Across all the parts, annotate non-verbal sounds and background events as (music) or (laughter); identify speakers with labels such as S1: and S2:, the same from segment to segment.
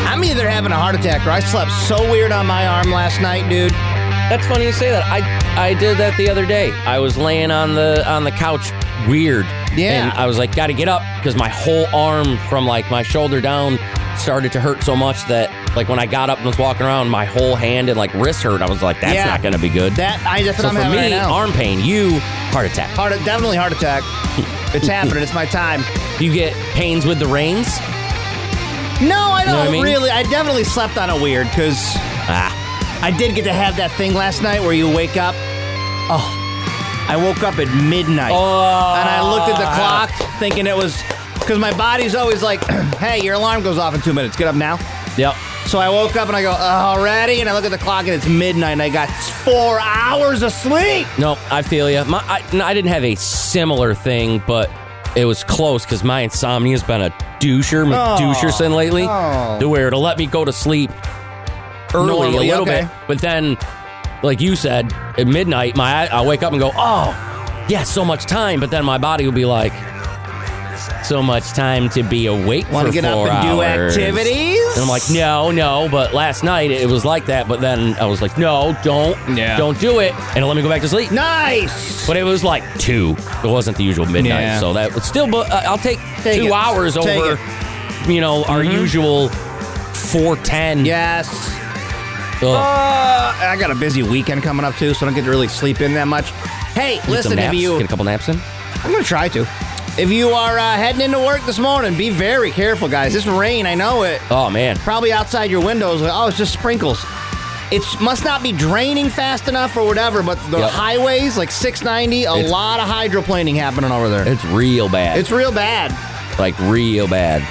S1: I'm either having a heart attack or I slept so weird on my arm last night, dude.
S2: That's funny you say that. I I did that the other day. I was laying on the on the couch weird.
S1: Yeah.
S2: And I was like, gotta get up because my whole arm from like my shoulder down started to hurt so much that like when I got up and was walking around, my whole hand and like wrist hurt. I was like, that's
S1: Yeah.
S2: not gonna be good.
S1: That I that's what
S2: so
S1: I'm
S2: for
S1: having
S2: me,
S1: right now.
S2: arm pain, you heart attack.
S1: Heart, definitely heart attack. It's happening. It's my time.
S2: You get pains with the reins?
S1: No, I don't
S2: know what I mean?
S1: really. I definitely slept on a weird because
S2: Ah.
S1: I did get to have that thing last night where you wake up. Oh, I woke up at midnight.
S2: Oh.
S1: and I looked
S2: Uh,
S1: at the clock thinking it was because my body's always like, (clears throat) hey, your alarm goes off in two minutes. Get up now.
S2: Yep.
S1: So I woke up and I go, already? And I look at the clock and it's midnight and I got four hours of sleep.
S2: No, I feel you. My, I, no, I didn't have a similar thing, but it was close because my insomnia has been a doucher, McDoucherson lately,
S1: oh.
S2: to where it'll let me go to sleep early
S1: Normally,
S2: a little
S1: okay.
S2: bit, but then, like you said, at midnight, my I wake up and go, oh, yeah, so much time, but then my body will be like, so much time to be awake.
S1: Want
S2: for
S1: to get up
S2: four
S1: and do
S2: hours."
S1: activities?
S2: And I'm like, no, no. But last night it was like that. But then I was like, no, don't,
S1: Yeah.
S2: don't do it. And it let me go back to sleep.
S1: nice.
S2: But it was like two. It wasn't the usual midnight,
S1: Yeah.
S2: so that was still. But uh, I'll take,
S1: Take
S2: two
S1: it.
S2: hours
S1: Take
S2: over,
S1: it.
S2: you know, our usual four ten.
S1: Yes. Uh, I got a busy weekend coming up too, so I don't get to really sleep in that much. Hey, listen,
S2: some naps,
S1: if you,
S2: get a couple naps in.
S1: I'm gonna try to. If you are uh, heading into work this morning, be very careful, guys. This rain, I know it.
S2: Oh man,
S1: Probably outside your windows. Oh, it's just sprinkles. It must not be draining fast enough or whatever, but the
S2: Yep.
S1: highways, like 690, a
S2: It's-
S1: lot of hydroplaning happening over there.
S2: it's real bad.
S1: It's real bad.
S2: like real bad,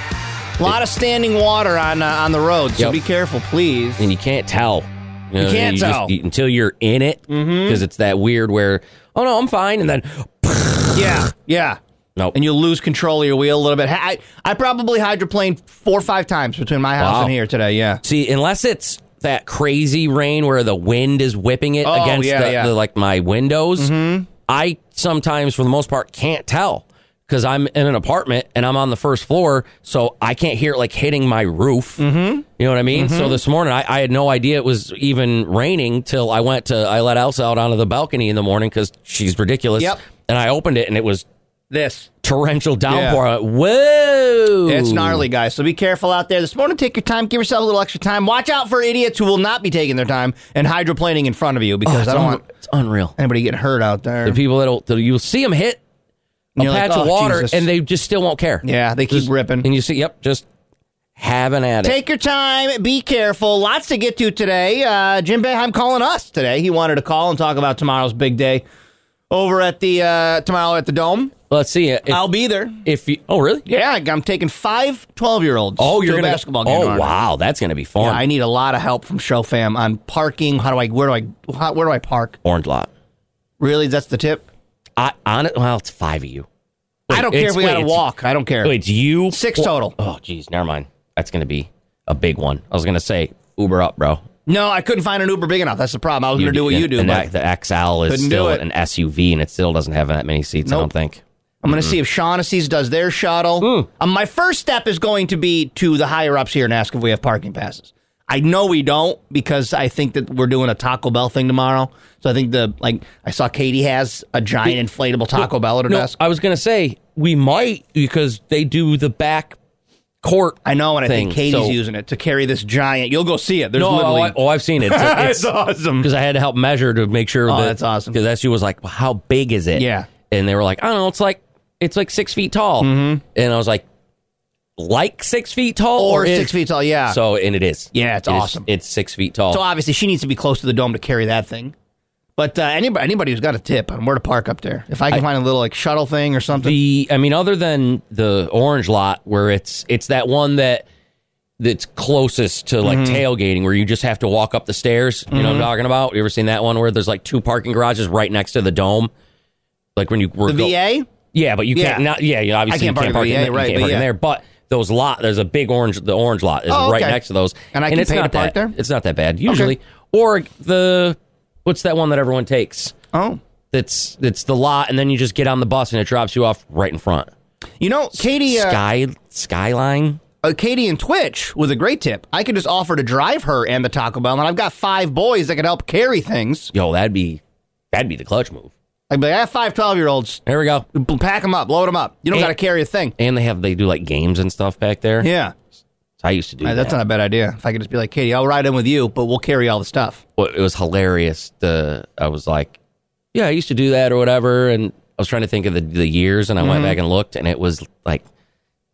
S1: A lot of standing water on uh, on the road, so
S2: Yep.
S1: be careful, please.
S2: and you can't tell. You, know,
S1: can't
S2: just-
S1: tell.
S2: until you're in it, because it's that weird where oh no, I'm fine, and then
S1: Yeah, yeah.
S2: Nope.
S1: And you'll lose control of your wheel a little bit. I, I probably hydroplaned four or five times between my house
S2: Wow.
S1: and here today. Yeah.
S2: See, unless it's that crazy rain where the wind is whipping it
S1: Oh,
S2: against
S1: yeah,
S2: the,
S1: yeah. Mm-hmm.
S2: the, like my windows, I sometimes, for the most part, can't tell because I'm in an apartment and I'm on the first floor, so I can't hear it like hitting my roof. Mm-hmm. You know what I mean? So this morning, I, I had no idea it was even raining till I went to I let Elsa out onto the balcony in the morning because she's ridiculous.
S1: Yep.
S2: And I opened it and it was
S1: This.
S2: torrential downpour. I went, Whoa!
S1: It's gnarly, guys. So be careful out there this morning. Take your time. Give yourself a little extra time. Watch out for idiots who will not be taking their time and hydroplaning in front of you
S2: Oh,
S1: because
S2: it's
S1: I don't
S2: un-
S1: want
S2: it's unreal.
S1: anybody getting hurt out there.
S2: The people that'll that you'll see them hit a
S1: And you're like,
S2: patch of
S1: "Oh,
S2: water
S1: Jesus."
S2: and they just still won't care.
S1: yeah, they keep
S2: Just-
S1: ripping.
S2: And you see, yep, just having at it.
S1: Take your time. Be careful. Lots to get to today. Uh, Jim Beheim calling us today. He wanted to call and talk about tomorrow's big day over at the uh, tomorrow at the Dome.
S2: Let's see if,
S1: I'll be there.
S2: if you. Oh, really?
S1: Yeah, I- I'm taking five 12 year olds.
S2: Oh, you're
S1: to a
S2: gonna
S1: basketball game.
S2: Oh,
S1: tomorrow night.
S2: wow, that's gonna be fun.
S1: Yeah, I need a lot of help from show fam on parking. How do I? Where do I? How, where do I park?
S2: Orange lot.
S1: Really, that's the tip.
S2: I on it. Well, it's five of you.
S1: I
S2: Wait,
S1: don't care
S2: it's-
S1: if we
S2: wait,
S1: gotta
S2: it's-
S1: walk. I don't care.
S2: Wait, it's you
S1: Six
S2: four-
S1: total.
S2: Oh, geez, never mind. That's gonna be a big one. I was gonna say Uber up, bro.
S1: No, I couldn't find an Uber big enough. That's the problem. I was gonna do what you do,
S2: And
S1: but
S2: that- the XL is
S1: Couldn't do
S2: still
S1: it.
S2: an SUV, and it still doesn't have that many seats. I
S1: Nope.
S2: don't think.
S1: I'm
S2: Mm-hmm.
S1: gonna see if Shaughnessy's does their shuttle.
S2: Mm.
S1: Um, my first step is going to be to the higher ups here and ask if we have parking passes. I know we don't because I think that we're doing a Taco Bell thing tomorrow. So I think the like I saw Katie has a giant inflatable Taco Bell at her
S2: No,
S1: desk.
S2: I was gonna say we might because they do the back court.
S1: I know, and I think
S2: thing.
S1: Katie's
S2: So-
S1: using it to carry this giant. You'll go see it. There's
S2: No, oh,
S1: literally.
S2: I, oh, I've seen it. It's,
S1: (laughs) It's awesome.
S2: Because I had to help measure to make sure.
S1: Oh,
S2: that,
S1: that's awesome.
S2: Because SU was like, well, "How big is it?"
S1: Yeah.
S2: and they were like, "I don't know. It's like it's like six feet tall."
S1: Mm-hmm.
S2: And I was like, "Like six feet tall,
S1: or
S2: it
S1: six
S2: is?"
S1: feet tall.
S2: (laughs)
S1: Yeah.
S2: So and it is.
S1: Yeah, it's
S2: It is-
S1: awesome.
S2: it's six feet tall.
S1: So obviously she needs to be close to the dome to carry that thing. But uh, anybody, anybody who's got a tip on where to park up there, if I can find a little like shuttle thing or something,
S2: the I mean, other than the orange lot where it's it's that one that that's closest to
S1: Mm-hmm.
S2: like tailgating where you just have to walk up the stairs. You know what I'm talking about? You ever seen that one where there's like two parking garages right next to the dome? Like when you were
S1: the
S2: go-
S1: VA.
S2: Yeah, but you can't
S1: Yeah.
S2: not yeah, you obviously
S1: I can't
S2: you can't
S1: park
S2: park,
S1: in
S2: in,
S1: the
S2: there,
S1: VA,
S2: you
S1: right,
S2: can't
S1: but
S2: park in
S1: yeah.
S2: there. But those lot there's a big orange the orange lot is
S1: Oh,
S2: right
S1: okay.
S2: next to those.
S1: And I can
S2: it's
S1: pay to
S2: not that,
S1: park there?
S2: It's not that bad. Usually or the what's that one that everyone takes?
S1: Oh,
S2: that's that's the lot, and then you just get on the bus and it drops you off right in front.
S1: you know, Katie, uh,
S2: Sky skyline.
S1: uh, Katie and Twitch with a great tip. I could just offer to drive her and the Taco Bell, and I've got five boys that could help carry things.
S2: Yo, that'd be that'd be the clutch move.
S1: I'd be like, I have five 12 year olds.
S2: There we go.
S1: Pack them up, load them up. You don't
S2: And-
S1: got to carry a thing.
S2: And they have they do like games and stuff back there.
S1: Yeah.
S2: I used to do
S1: Uh,
S2: that.
S1: That's not a bad idea. If I could just be like, Katie, I'll ride in with you, but we'll carry all the stuff.
S2: Well, it was hilarious. The I was like, yeah, I used to do that or whatever, and I was trying to think of the the years, and I went back and looked, and it was like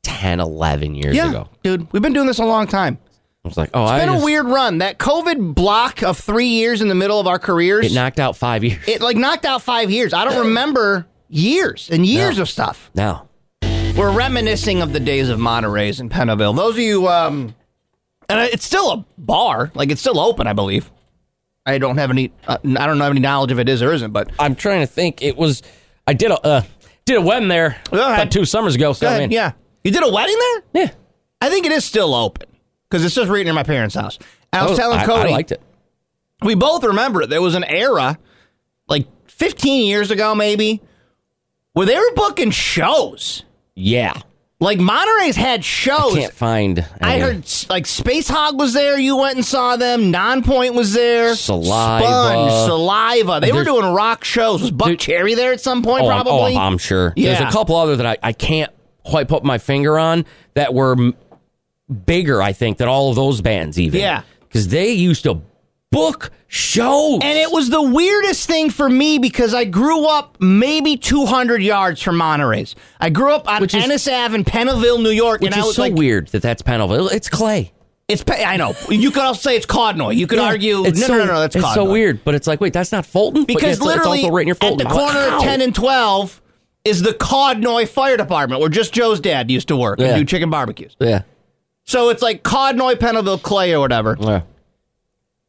S2: 10, 11 years
S1: Yeah,
S2: ago.
S1: dude, we've been doing this a long time.
S2: I was like, oh, I
S1: It's been
S2: just,
S1: a weird run. That COVID block of three years in the middle of our careers,
S2: It knocked out five years. (laughs)
S1: it, like knocked out five years. I don't remember years and years
S2: No.
S1: of stuff.
S2: now
S1: We're reminiscing of the days of Monterey's and Penaville. Those of you, um, and it's still a bar, like it's still open, I believe. I don't have any, uh, I don't have any knowledge if it is or isn't, but
S2: I'm trying to think. It was I did a uh, did a wedding there
S1: Go ahead.
S2: about two summers ago. So
S1: Go
S2: I
S1: ahead,
S2: mean,
S1: yeah. You did a wedding there?
S2: yeah.
S1: I think it is still open because it's just right near my parents' house. And I was telling
S2: Oh, I,
S1: Cody,
S2: I liked it.
S1: we both remember it. There was an era, like 15 years ago, maybe, where they were booking shows.
S2: Yeah,
S1: Like Monterey's had shows.
S2: can't find.
S1: Oh, I
S2: any.
S1: heard s- like Space Hog was there. You went and saw them. Nonpoint was there.
S2: Saliva.
S1: Sponge, Saliva. They were
S2: There's-
S1: doing rock shows. Was Buck
S2: Dude-
S1: Cherry there at some point?
S2: Oh, I'm- oh,
S1: probably.
S2: I'm, I'm sure. There's
S1: Yeah.
S2: a couple other that I, I can't quite put my finger on that were m- bigger. I think than all of those bands even.
S1: Yeah.
S2: because they used to book shows.
S1: And it was the weirdest thing for me because I grew up maybe 200 yards from Monterey's. I grew up on
S2: Which is-
S1: Ennis Ave in Pennaville, New York,
S2: which
S1: and I
S2: is
S1: was
S2: so
S1: like,
S2: weird that that's Penalville. It's Clay.
S1: "It's Pe- I know." You could also say it's Cardinal. You could
S2: Yeah.
S1: argue,
S2: It's
S1: no,
S2: so,
S1: no, no, no, that's
S2: it's
S1: Cardinal.
S2: so weird. But it's like, wait, that's not Fulton. But yeah,
S1: because
S2: it's,
S1: literally
S2: it's also right near Fulton.
S1: at the
S2: I'm like,
S1: corner of
S2: how?
S1: 10 and 12 is the Cardinoy Fire Department, where just Joe's dad used to work
S2: Yeah.
S1: and do chicken barbecues.
S2: Yeah.
S1: So it's like Cardinoy, Pennaville, Clay, or whatever.
S2: yeah.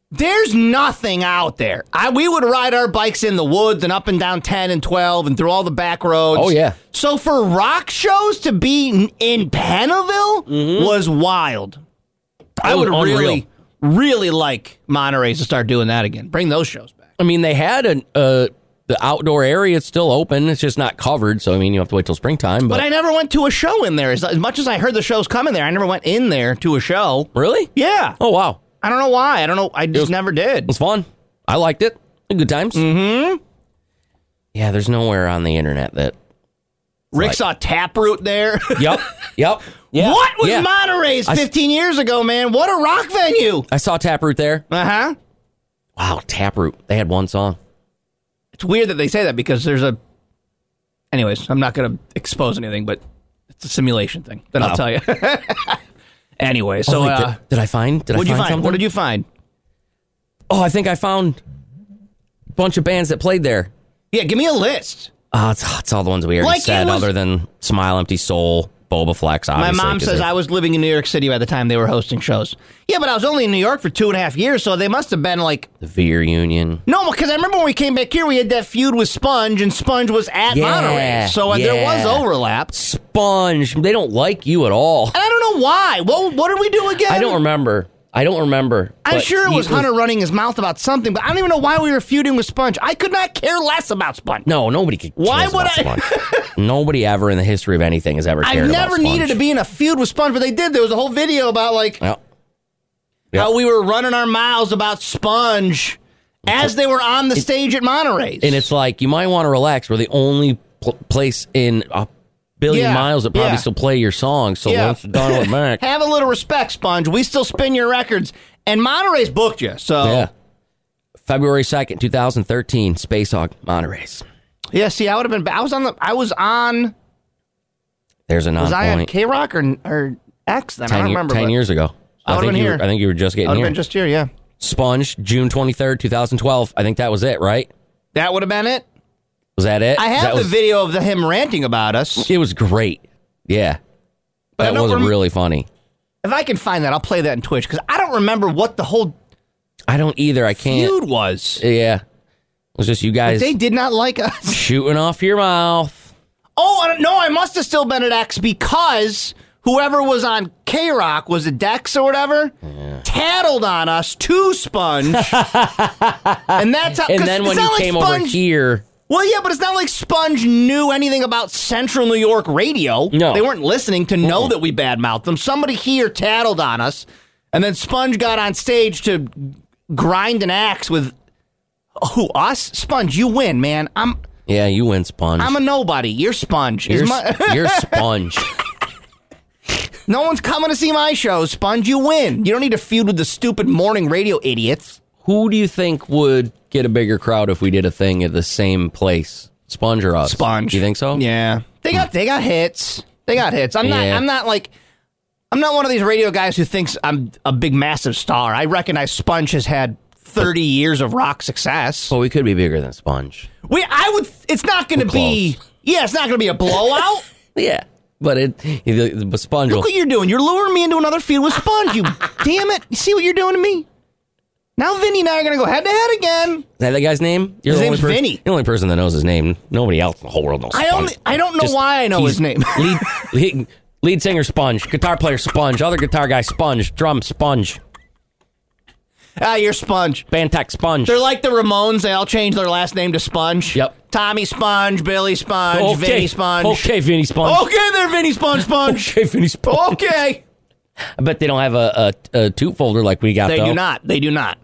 S1: There's nothing out there. I we would ride our bikes in the woods and up and down 10 and 12 and through all the back roads.
S2: Oh, yeah.
S1: So for rock shows to be in, in Pennaville was wild. I
S2: It Mm-hmm. was
S1: would
S2: unreal.
S1: really really like Monterey to start doing that again. Bring those shows back.
S2: I mean, they had an uh, the outdoor area. It's still open. It's just not covered. So I mean, you have to wait till springtime. But,
S1: But I never went to a show in there. As, as much as I heard the shows coming there, I never went in there to a show.
S2: really,
S1: Yeah.
S2: Oh wow,
S1: I don't know why. I don't know. I just
S2: was-
S1: never
S2: it
S1: did.
S2: was fun. I liked it. Had Good times. Mm-hmm. Yeah, there's nowhere on the internet that.
S1: Rick saw Taproot there. (laughs)
S2: Yep. yep. Yeah.
S1: What was
S2: yeah.
S1: Monterey's
S2: I s-
S1: 15 years ago, man? What a rock venue.
S2: I saw Taproot there.
S1: Uh huh.
S2: Wow, Taproot. They had one song.
S1: It's weird that they say that because there's a. Anyways, I'm not going to expose anything, but it's a simulation thing that I'll
S2: Oh.
S1: tell you. (laughs) anyway, so
S2: Oh, wait,
S1: uh,
S2: did, did I find? Did
S1: what'd
S2: I
S1: you
S2: find
S1: find?
S2: something?
S1: What did you find?
S2: Oh, I think I found a bunch of bands that played there.
S1: Yeah, give me a list.
S2: Oh, it's, it's all the ones we already
S1: Like it
S2: said,
S1: was-
S2: other than Smile, Empty Soul, Boba Flex.
S1: My
S2: Obviously,
S1: mom
S2: 'cause
S1: says
S2: they're-
S1: I was living in New York City by the time they were hosting shows. Yeah, but I was only in New York for two and a half years, so they must have been like
S2: the Veer Union.
S1: No, because I remember when we came back here, we had that feud with Sponge, and Sponge was at
S2: Yeah,
S1: Monterey, so uh, there was
S2: yeah.
S1: overlap.
S2: Sponge. They don't like you at all.
S1: And I don't know why. What what did we do again?
S2: I don't remember. I don't remember.
S1: I'm
S2: but
S1: sure it
S2: he
S1: was Hunter running his mouth about something, but I don't even know why we were feuding with Sponge. I could not care less about Sponge.
S2: No, nobody could.
S1: Why
S2: cares
S1: would
S2: about
S1: I-
S2: Sponge. nobody ever in the history of anything has ever.
S1: I've
S2: cared about
S1: never needed
S2: Sponge. Uh,
S1: to be in a feud with Sponge, but they did. There was a whole video about like
S2: Well,
S1: how we were running our mouths about Sponge as they were on the stage at Monterey's.
S2: and it's like you might want to relax. We're the only pl- place in a billion
S1: Yeah,
S2: miles that probably
S1: yeah.
S2: still play your song. So
S1: Yeah.
S2: once you're done with
S1: (laughs)
S2: Mac,
S1: Have a little respect, Sponge. We still spin your records, and Monterey's booked you. So
S2: yeah. February second, two thousand thirteen, Space Hog Monterey's.
S1: Yeah, See, I would have been. I was on the. I was on.
S2: There's a non
S1: Was I on
S2: point.
S1: K Rock or or X? Then I
S2: ten
S1: don't
S2: year-
S1: remember.
S2: ten
S1: but
S2: years ago.
S1: I would've
S2: think
S1: been
S2: you
S1: here.
S2: Were, I think you were just
S1: I
S2: getting
S1: would have
S2: here.
S1: been just here. Yeah,
S2: Sponge, June twenty third, two thousand twelve. I think that was it, right?
S1: that would have been it.
S2: Was that it?
S1: I
S2: that
S1: have the
S2: was,
S1: video of the, him ranting about us.
S2: It was great. Yeah,
S1: But I
S2: that
S1: don't
S2: was
S1: rem-
S2: really funny.
S1: If I can find that, I'll play that in Twitch because I don't remember what the whole
S2: I don't either. I can't.
S1: feud was.
S2: Yeah, it was just you guys
S1: They did not like us. (laughs)
S2: shooting off your mouth.
S1: Oh I don't- no, I must have still been at X because whoever was on K Rock was it Dex or whatever tattled on us
S2: (laughs)
S1: to Sponge, and that's how.
S2: And
S1: 'cause
S2: then
S1: it's
S2: when
S1: not
S2: you
S1: like
S2: came
S1: Sponge,
S2: over here,
S1: well, yeah, but it's not like Sponge knew anything about Central New York radio.
S2: No.
S1: they weren't listening to know that we badmouthed them. Somebody here tattled on us, and then Sponge got on stage to grind an axe with who us Sponge. You win, man. I'm.
S2: yeah, you win, Sponge.
S1: I'm a nobody. You're sponge. Is
S2: you're,
S1: my- (laughs)
S2: s- you're Sponge.
S1: No one's coming to see my show, Sponge. You win. You don't need to feud with the stupid morning radio idiots.
S2: Who do you think would get a bigger crowd if we did a thing at the same place? Sponge or us?
S1: Sponge.
S2: You think so?
S1: Yeah, they got they got hits. They got hits. I'm not.
S2: Yeah.
S1: I'm not like. I'm not one of these radio guys who thinks I'm a big massive star. I recognize Sponge has had 30 years of rock success.
S2: Well, we could be bigger than Sponge.
S1: We, I would. It's not going to
S2: Oh. We're
S1: be. Yeah, it's not going to be
S2: (laughs)
S1: a blowout.
S2: Yeah, but it the, the but Sponge. will-
S1: Look what you're doing. You're luring me into another feud with
S2: (laughs)
S1: Sponge. You damn it! You see what you're doing to me? Now Vinny and I are going to go head to head again.
S2: Is that that guy's name? You're
S1: His
S2: the only
S1: name's
S2: person-
S1: Vinny.
S2: you're The only person that knows his name. Nobody else in the whole world knows.
S1: I
S2: Sponge.
S1: only- I don't know
S2: Just-
S1: why I know
S2: he's
S1: his name.
S2: (laughs) lead, lead lead singer Sponge, guitar player Sponge, other guitar guy Sponge, drum Sponge,
S1: Ah, you're Sponge.
S2: band tech Sponge.
S1: They're like the Ramones. They all changed their last name to Sponge.
S2: Yep.
S1: Tommy Sponge, Billy Sponge, Vinny Sponge.
S2: Okay, Vinny Sponge.
S1: Okay, there, Vinny Sponge Sponge.
S2: Okay, Vinny Sponge.
S1: (laughs) okay.
S2: I bet they don't have a a, a toot folder like we got.
S1: They
S2: though.
S1: do not. They do not.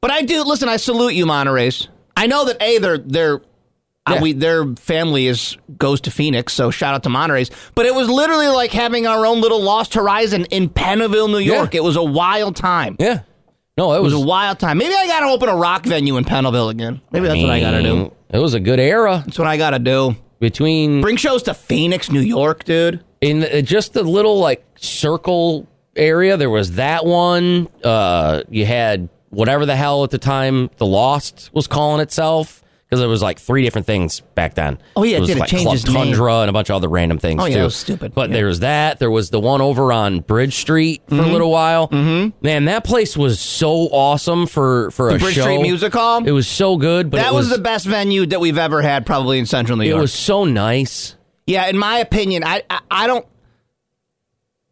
S1: But I do. Listen, I salute you, Monterey's. I know that a their their uh,
S2: Yeah.
S1: we their family is goes to Phoenix, so shout out to Monterey's. But it was literally like having our own little Lost Horizon in Pennaville, New
S2: Yeah.
S1: York. It was a wild time.
S2: Yeah. No, it
S1: It
S2: was.
S1: was a wild time. Maybe I got to open a rock venue in Pennaville again. Maybe that's what I got to do.
S2: It was a good era
S1: That's what I got to do.
S2: between
S1: Bring shows to Phoenix, New York, dude.
S2: in the, just the little like circle area there was that one uh you had whatever the hell at the time the lost was calling itself because it was like three different things back then
S1: Oh, yeah, it
S2: it was
S1: did. It
S2: like
S1: changed
S2: Club
S1: its name.
S2: tundra and a bunch of other random things
S1: Oh, yeah,
S2: too.
S1: it was stupid.
S2: but
S1: Yeah.
S2: there was that there was the one over on bridge street for a little while mm-hmm. man that place was so awesome for for a
S1: Bridge
S2: show
S1: Street Music Hall?
S2: it was so good but
S1: that
S2: it
S1: was, the best venue that we've ever had, probably in Central New
S2: it
S1: York.
S2: was so nice
S1: yeah, in my opinion, I I, I don't.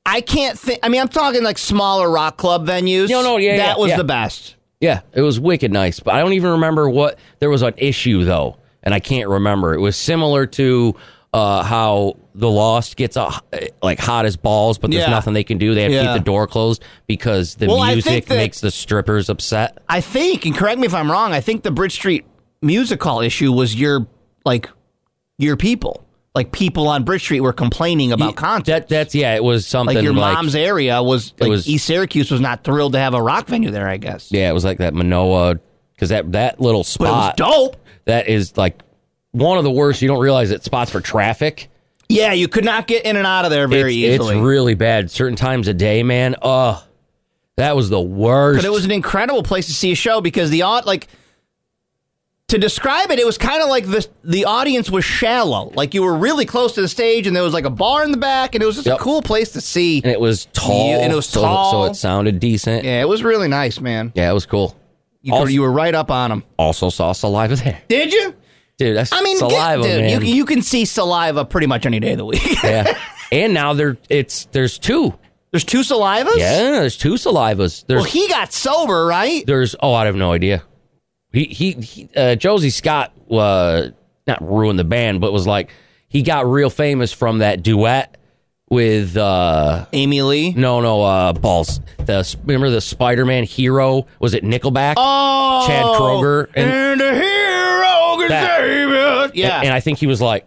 S1: I can't think. I mean, I'm talking like smaller rock club venues.
S2: No, no, yeah,
S1: that
S2: yeah,
S1: was
S2: yeah.
S1: the best.
S2: Yeah, it was wicked nice, but I don't even remember what there was an issue though, and I can't remember. It was similar to uh, how the Lost gets uh, like hot as balls, but there's
S1: Yeah.
S2: nothing they can do. They have to
S1: Yeah.
S2: keep the door closed because the
S1: Well, I think
S2: music
S1: that-
S2: makes the strippers upset.
S1: I think, and correct me if I'm wrong. I think the Bridge Street Music Hall issue was your like your people, like people on Bridge Street were complaining about concerts.
S2: That that's yeah, it was something
S1: like
S2: like,
S1: your mom's area was like
S2: was-
S1: East Syracuse was not thrilled to have a rock venue there. I guess.
S2: yeah, it was like that Manoa because that that little
S1: But it was
S2: spot
S1: dope.
S2: that is like one of the worst. You don't realize it spots for traffic.
S1: Yeah, you could not get in and out of there very
S2: it's,
S1: easily.
S2: It's really bad. Certain times a day, man. Ugh. That was the worst.
S1: but it was an incredible place to see a show because the odd like to describe it, it was kind of like the the audience was shallow. Like you were really close to the stage, and there was like a bar in the back, and it was just
S2: Yep.
S1: a cool place to see.
S2: and it was tall.
S1: Yeah, and it was
S2: so,
S1: tall.
S2: so it sounded decent. Yeah,
S1: yeah, it was really nice, man.
S2: it was cool.
S1: You,
S2: Also-
S1: could, you were right up on them.
S2: Also saw saliva there, (laughs)
S1: Did you?
S2: dude. That's
S1: I mean, get-
S2: saliva,
S1: dude,
S2: man.
S1: You, you can see saliva pretty much any day of the week. (laughs)
S2: (laughs) yeah. And now there, it's there's two.
S1: There's two salivas.
S2: Yeah, there's two salivas. There's
S1: Well, he got sober, right?
S2: there's oh, I have no idea. He he, he uh, Josie Scott uh, not ruined the band, but was like he got real famous from that duet with uh
S1: Amy Lee.
S2: no no uh balls the remember the Spider-Man hero was it Nickelback
S1: Oh,
S2: Chad Kroeger and
S1: and a hero can
S2: That.
S1: save us. Yeah,
S2: And, and I think he was like,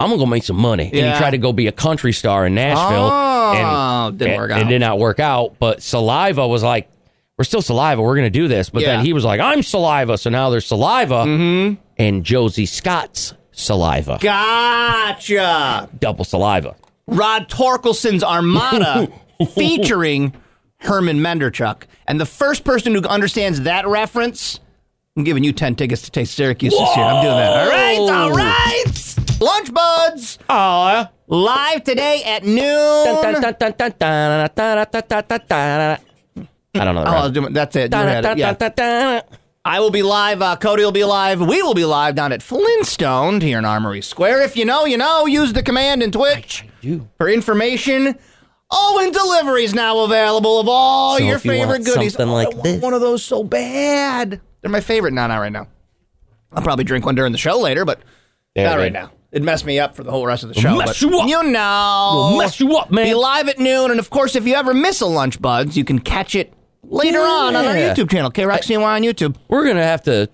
S2: I'm gonna go make some money. And
S1: Yeah.
S2: he tried to go be a country star in Nashville.
S1: Oh,
S2: and
S1: didn't
S2: it-
S1: work
S2: It
S1: out.
S2: did not work out. But Saliva was like, "We're still Saliva. We're gonna do this." But
S1: Yeah. Mm-hmm.
S2: then he was like, "I'm Saliva." So now there's Saliva and Josie Scott's Saliva,
S1: Gotcha.
S2: double Saliva.
S1: Rod Torkelson's Armada featuring Herman Menderchuk. And the first person who understands that reference, I'm giving you 10 tickets to taste Syracuse this year. I'm doing that. All right, all right. Lunch Buds,
S2: Oh.
S1: live today at noon.
S2: I don't know. The
S1: Oh, I'll
S2: rest.
S1: do it. that's it. You had it. Yeah. I will be live. Uh, Cody will be live. We will be live down at Flintstone here in Armory Square. If you know, you know. Use the command in Twitch
S2: do.
S1: for information. Owen deliveries now available of all
S2: So
S1: your
S2: if you
S1: favorite
S2: want
S1: goodies.
S2: something
S1: Oh, I
S2: like
S1: want
S2: this.
S1: one of those so bad. They're my favorite. No, not right now. I'll probably drink one during the show later, but
S2: There
S1: not
S2: it
S1: right
S2: is.
S1: now. It messed me up for the whole rest of the show.
S2: mess
S1: but
S2: you up.
S1: You know.
S2: It'll mess you up, man.
S1: Be live at noon, and of course, if you ever miss a lunch, buds, you can catch it later on on our
S2: Yeah.
S1: YouTube channel, K Rock CNY on YouTube.
S2: We're gonna have to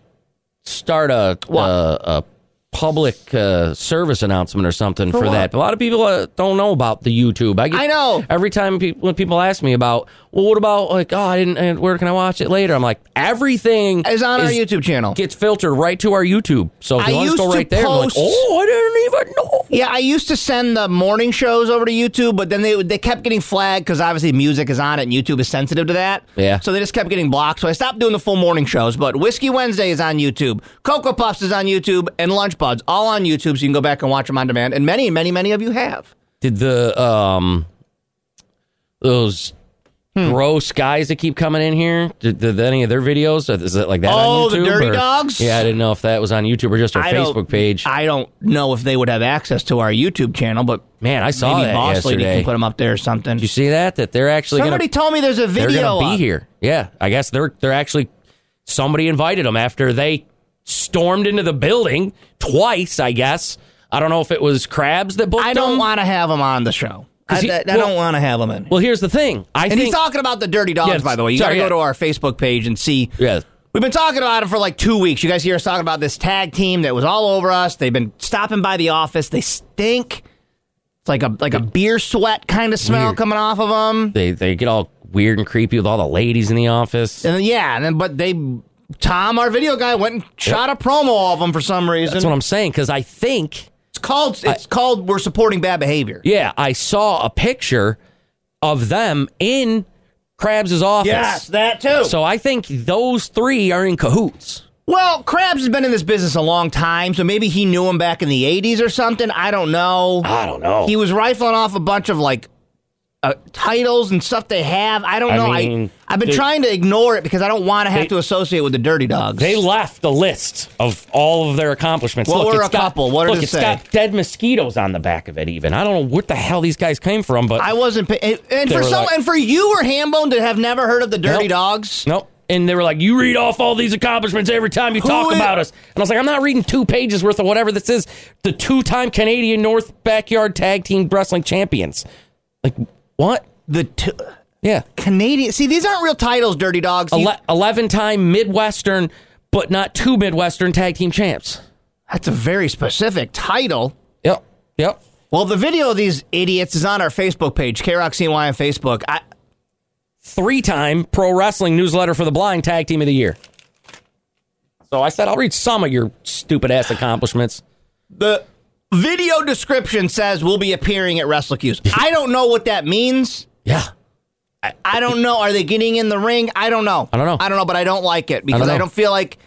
S2: start a
S1: What?
S2: a, a public uh, service announcement or something for,
S1: what?
S2: that. A lot of people uh, don't know about the YouTube. I, get,
S1: I know.
S2: every time people when people ask me about, well, what about like, oh, I didn't, and where can I watch it later? I'm like, everything
S1: It's on our YouTube channel.
S2: Gets filtered right to our YouTube. So if
S1: I
S2: you want to
S1: used
S2: go
S1: to
S2: right there, I'm like,
S1: post-
S2: oh, I didn't even know.
S1: Yeah, I used to send the morning shows over to YouTube, but then they they kept getting flagged because obviously music is on it and YouTube is sensitive to that.
S2: Yeah.
S1: So they just kept getting blocked. So I stopped doing the full morning shows, but Whiskey Wednesday is on YouTube, Cocoa Puffs is on YouTube, and Lunch Buds, all on YouTube, so you can go back and watch them on demand. And many, many, many of you have.
S2: Did the um those
S1: Hmm.
S2: gross guys that keep coming in here? Did, did any of their videos? Is it like that?
S1: Oh,
S2: on
S1: the
S2: YouTube,
S1: Dirty
S2: or-
S1: Dogs?
S2: Yeah, I didn't know if that was on YouTube or just our
S1: I don't-
S2: Facebook page.
S1: I don't know if they would have access to our YouTube channel, but
S2: Man, I saw
S1: maybe
S2: that
S1: Boss Lady
S2: yesterday.
S1: can put them up there or something.
S2: Did you see that? That they're actually
S1: Somebody
S2: gonna
S1: told me there's a
S2: they're
S1: video
S2: gonna be
S1: up.
S2: here. Yeah, I guess they're they're actually somebody invited them after they stormed into the building twice. I guess I don't know if it was Krabs that booked
S1: I don't
S2: them.
S1: want to have him on the show. I,
S2: 'Cause he-
S1: I- I
S2: well-
S1: don't want to have him in.
S2: well, here's the thing. I
S1: and
S2: think
S1: he's talking about the dirty dogs,
S2: Yeah,
S1: by the way. You
S2: sorry,
S1: got to
S2: yeah.
S1: go to our Facebook page and see.
S2: Yeah.
S1: We've been talking about it for like two weeks. You guys hear us talking about this tag team that was all over us. They've been stopping by the office. They stink. It's like a like a beer sweat kind of smell
S2: Weird.
S1: coming off of them.
S2: they they get all weird and creepy with all the ladies in the office.
S1: And then, yeah, and then but they Tom, our video guy, went and shot a promo of them for some reason.
S2: That's what I'm saying because I think,
S1: it's called. It's called. We're supporting bad behavior.
S2: yeah, I saw a picture of them in Krabs' office.
S1: that too.
S2: So I think those three are in cahoots.
S1: Well, Krabs has been in this business a long time, so maybe he knew him back in the 80s or something. I don't know.
S2: I don't know.
S1: He was rifling off a bunch of like uh, titles and stuff they have. I don't
S2: I
S1: know.
S2: mean,
S1: I, I've been
S2: they-
S1: trying to ignore it because I don't want to have to associate with the Dirty Dogs.
S2: They left the list of all of their accomplishments.
S1: Well,
S2: look,
S1: we're
S2: it's
S1: a
S2: got-
S1: couple. What did
S2: look, has
S1: it say?
S2: got dead mosquitoes on the back of it. Even I don't know what the hell these guys came from, but
S1: I wasn't. Pay- and- and
S2: They
S1: for
S2: were
S1: some,
S2: like-
S1: and for you or Hambone to have never heard of the Dirty
S2: Nope.
S1: Dogs.
S2: Nope. And they were like, "You read off all these accomplishments every time you talk
S1: i-
S2: about us." And I was like, "I'm not reading two pages worth of whatever this is." The two-time Canadian North Backyard Tag Team Wrestling Champions. Like what?
S1: The t-
S2: Yeah,
S1: Canadian. See, these aren't real titles, Dirty Dogs. These-
S2: Ele- eleven-time Midwestern, but not two Midwestern Tag Team Champs.
S1: that's a very specific title.
S2: Yep. Yep.
S1: Well, the video of these idiots is on our Facebook page, KRockCNY on Facebook. I,
S2: Three-time Pro Wrestling Newsletter for the Blind Tag Team of the Year. So I said, "I'll read some of your stupid ass accomplishments."
S1: the video description says we'll be appearing at
S2: (laughs)
S1: WrestleCuse. I don't know what that means.
S2: Yeah.
S1: I don't know. Are they getting in the ring? I don't know.
S2: I don't know.
S1: I don't know, but I don't like it because I don't,
S2: know.
S1: feel like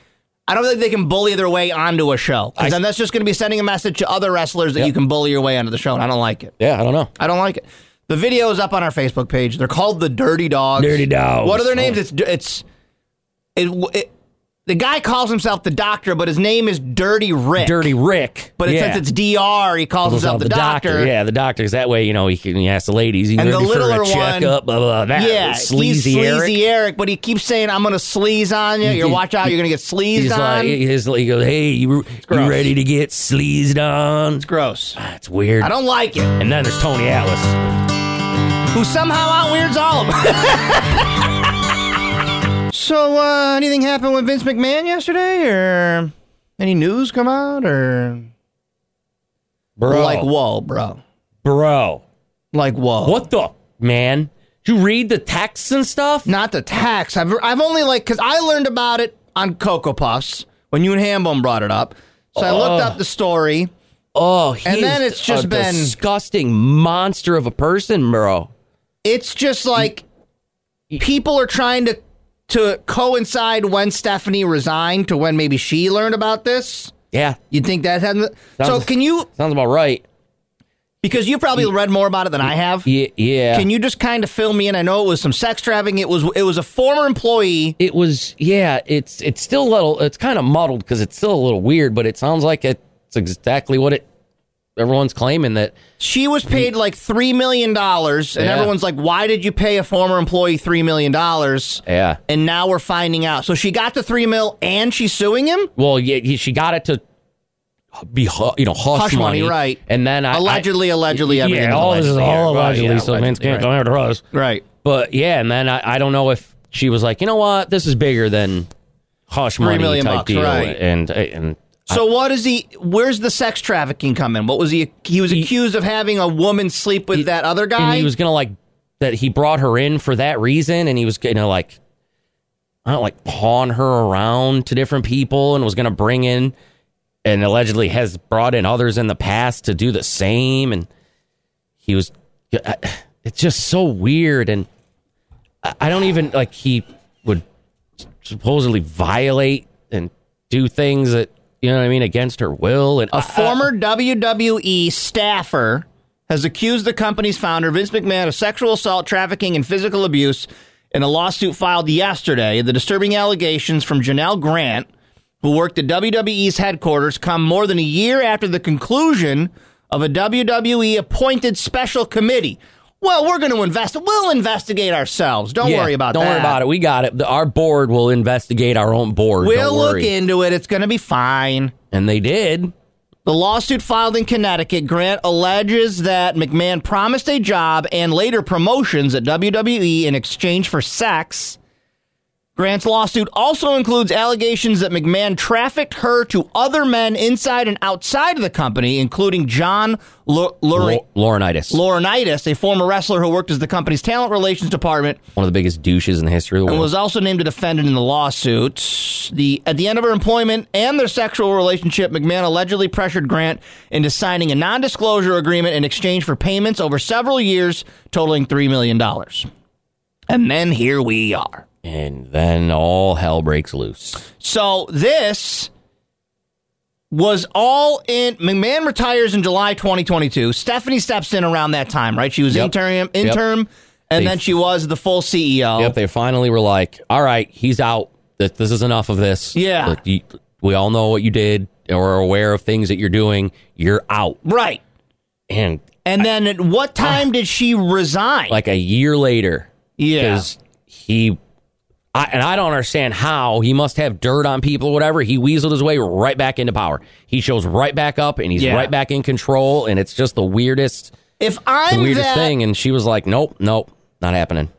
S1: I don't think they can bully their way onto a show. Because then that's just going to be sending a message to other wrestlers that
S2: Yep.
S1: you can bully your way onto the show, and I don't like it.
S2: Yeah. I don't know.
S1: I don't like it. The video is up on our Facebook page. They're called the Dirty Dogs.
S2: Dirty Dogs. Oh.
S1: What are their names? It's it's it, it, the guy calls himself the Doctor, but his name is Dirty Rick.
S2: Dirty Rick.
S1: But it-
S2: yeah.
S1: since it's DR, he calls
S2: Calls
S1: himself
S2: out
S1: the, doctor.
S2: Yeah, the doctor. 'cause That way, you know, he can he asks the ladies. You
S1: And
S2: ready
S1: the littler
S2: for a
S1: one-
S2: checkup, blah, blah, blah. That
S1: Yeah,
S2: was sleazy,
S1: he's
S2: Eric.
S1: sleazy Eric. but he keeps saying, "I'm gonna sleaze on you." You watch out, you're gonna get sleazed
S2: He's
S1: on.
S2: like, he's like, he goes, hey, you, you
S1: gross.
S2: ready to get sleazed on?
S1: gross.
S2: That's weird.
S1: I don't like it.
S2: and then there's Tony Atlas.
S1: Who somehow outweirds all of them. (laughs) so, uh, anything happened with Vince McMahon yesterday, or any news come out, or
S2: Bro.
S1: Like whoa, bro.
S2: Bro.
S1: Like whoa.
S2: What the? Man. Did you read the texts and stuff?
S1: Not the tax. I've I've only like because I learned about it on Cocoa Puffs when you and Hambone brought it up. So I looked up the story.
S2: Oh, he
S1: And then
S2: is
S1: it's just
S2: a
S1: been-
S2: disgusting monster of a person, bro.
S1: It's just like people are trying to to coincide when Stephanie resigned to when maybe she learned about this.
S2: Yeah,
S1: You think that had so?
S2: Sounds-
S1: Can you
S2: sounds about right.
S1: because you probably read more about it than I have.
S2: Yeah, yeah.
S1: Can you just kind of fill me in? I know it was some sex trafficking. It was it was a former employee.
S2: it was yeah it's it's still a little it's kind of muddled because it's still a little weird but it sounds like it's exactly what it everyone's claiming that
S1: She was paid like three million dollars, and
S2: Yeah.
S1: everyone's like, "Why did you pay a former employee three million dollars?"
S2: yeah
S1: And now we're finding out. So she got the three mil, and she's suing him.
S2: well yeah he- she got it to be hu- you know hush,
S1: Hush money, right.
S2: and then I,
S1: Allegedly, allegedly,
S2: I,
S1: everything.
S2: yeah all this is all allegedly
S1: yeah,
S2: so man
S1: allegedly,
S2: can't come
S1: right.
S2: after us
S1: Right.
S2: but yeah and then I, I don't know if she was like you know what this is bigger than hush money
S1: million
S2: type
S1: bucks,
S2: deal
S1: right.
S2: and and
S1: So what is he? Where's the sex trafficking come in? What was he? He was accused of having a woman sleep with that other guy.
S2: and he was gonna like that he brought her in for that reason and he was gonna like i don't like pawn her around to different people and was gonna bring in and allegedly has brought in others in the past to do the same and he was it's just so weird and I- i don't even like he would supposedly violate and do things that you know what i mean against her will and
S1: A former WWE staffer has accused the company's founder, Vince McMahon, of sexual assault, trafficking, and physical abuse in a lawsuit filed yesterday. The disturbing allegations from Janelle Grant, who worked at WWE's headquarters, come more than a year after the conclusion of a WWE appointed special committee. Well, we're going to invest. We'll investigate ourselves. Don't
S2: Yeah,
S1: worry about
S2: Don't
S1: that.
S2: worry about it. We got it. The- Our board will investigate our own board.
S1: We'll
S2: Don't
S1: look
S2: worry.
S1: into it. It's going to be fine.
S2: And they did.
S1: The lawsuit filed in Connecticut, Grant alleges that McMahon promised a job and later promotions at WWE in exchange for sex. Grant's lawsuit also includes allegations that McMahon trafficked her to other men inside and outside of the company, including John Lu- Luri-
S2: Lo- Laurinaitis.
S1: Laurinaitis, a former wrestler who worked as the company's talent relations department
S2: one of the biggest douches in the history of the
S1: and
S2: world.
S1: was also named a defendant in the lawsuit. The at the end of her employment and their sexual relationship, McMahon allegedly pressured Grant into signing a non-disclosure agreement in exchange for payments over several years totaling three million dollars. And then here we are.
S2: and then all hell breaks loose.
S1: So this was all in McMahon retires in July 2022. Stephanie steps in around that time, right? She was
S2: Yep.
S1: interim
S2: Yep.
S1: interim and
S2: They-
S1: then she was the full E CEO.
S2: Yep. They finally were like, all right, he's out. This, this is enough of this.
S1: Yeah.
S2: Like, you- we all know what you did or are aware of things that you're doing. You're out.
S1: Right.
S2: And
S1: And then at what time did she resign?
S2: like a year later,
S1: yeah.
S2: because he I, and I don't understand how he must have dirt on people or whatever. He weaseled his way right back into power. He shows right back up and he's
S1: Yeah.
S2: right back in control. And it's just the weirdest,
S1: If
S2: the
S1: I'm
S2: weirdest
S1: that,
S2: thing. And she was like, nope, nope, not happening.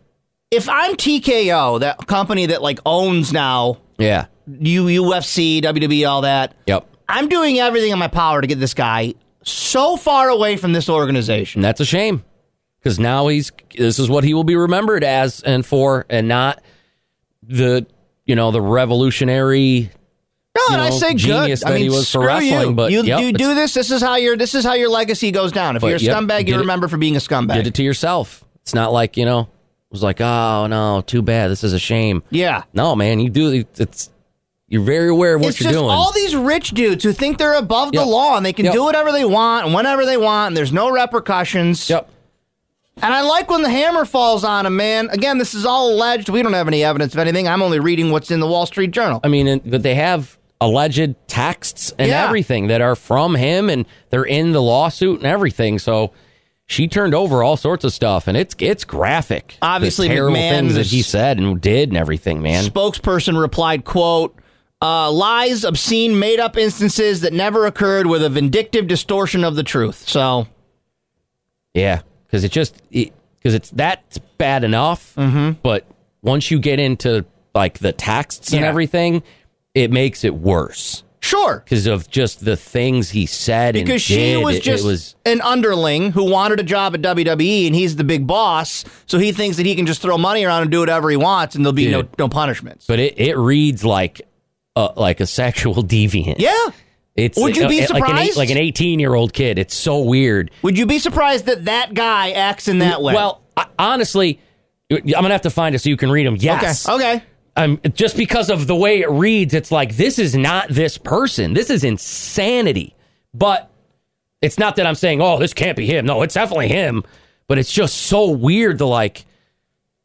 S1: if I'm TKO, that company that like owns now
S2: Yeah.
S1: U- UFC, WWE, E, all that,
S2: Yep.
S1: I'm doing everything in my power to get this guy so far away from this organization.
S2: And that's a shame because now he's, this is what he will be remembered as and for and not the, you know, the revolutionary.
S1: No,
S2: you
S1: and I
S2: know,
S1: say good.
S2: genius
S1: I
S2: that
S1: mean,
S2: he was for
S1: screw
S2: wrestling,
S1: you.
S2: but
S1: you,
S2: yep,
S1: you
S2: it's-
S1: do this. This is how your this is how your legacy goes down. If
S2: But
S1: you're a
S2: yep,
S1: scumbag,
S2: did
S1: you're
S2: it-
S1: remembered for being a
S2: Did
S1: scumbag.
S2: it to yourself. It's not like, you know, it was like, oh, no, too bad. This is a shame.
S1: yeah.
S2: No, man, you do. It's you're very aware of what
S1: It's
S2: you're
S1: just
S2: doing.
S1: all these rich dudes who think they're above
S2: Yep.
S1: the law and they can
S2: Yep.
S1: do whatever they want and whenever they want and there's no repercussions.
S2: yep.
S1: And I like when the hammer falls on him, man. Again, this is all alleged. We don't have any evidence of anything. I'm only reading what's in the Wall Street Journal.
S2: I mean, and, but they have alleged texts and
S1: Yeah.
S2: everything that are from him, and they're in the lawsuit and everything. So she turned over all sorts of stuff, and it's it's graphic. The
S1: Obviously,
S2: terrible
S1: McMahon
S2: things that
S1: was-
S2: he said and did and everything, man.
S1: Spokesperson replied, quote, uh, lies, obscene, made up instances that never occurred with a vindictive distortion of the truth. So,
S2: Yeah, because it just because it's that's bad enough, mm-hmm. but once you get into like the texts and
S1: Yeah.
S2: everything, it makes it worse.
S1: Sure.
S2: because of just the things he said and
S1: Because she
S2: did.
S1: was
S2: It-
S1: just
S2: it was
S1: an underling who wanted a job at WWE, and he's the big boss, so he thinks that he can just throw money around and do whatever he wants, and there'll be no
S2: Dude.
S1: no punishments.
S2: but it, it reads like uh, like a sexual (laughs) deviant.
S1: yeah,
S2: It's
S1: Would you be
S2: like an eight-
S1: surprised?
S2: Like an 18 year old kid. It's so weird.
S1: would you be surprised that that guy acts in that way?
S2: Well, I, honestly, I'm gonna have to find it so you can read them. Yes.
S1: okay, okay.
S2: I'm Um, just because of the way it reads. It's like this is not this person. This is insanity. But it's not that I'm saying, oh, this can't be him. No, it's definitely him. But it's just so weird to like.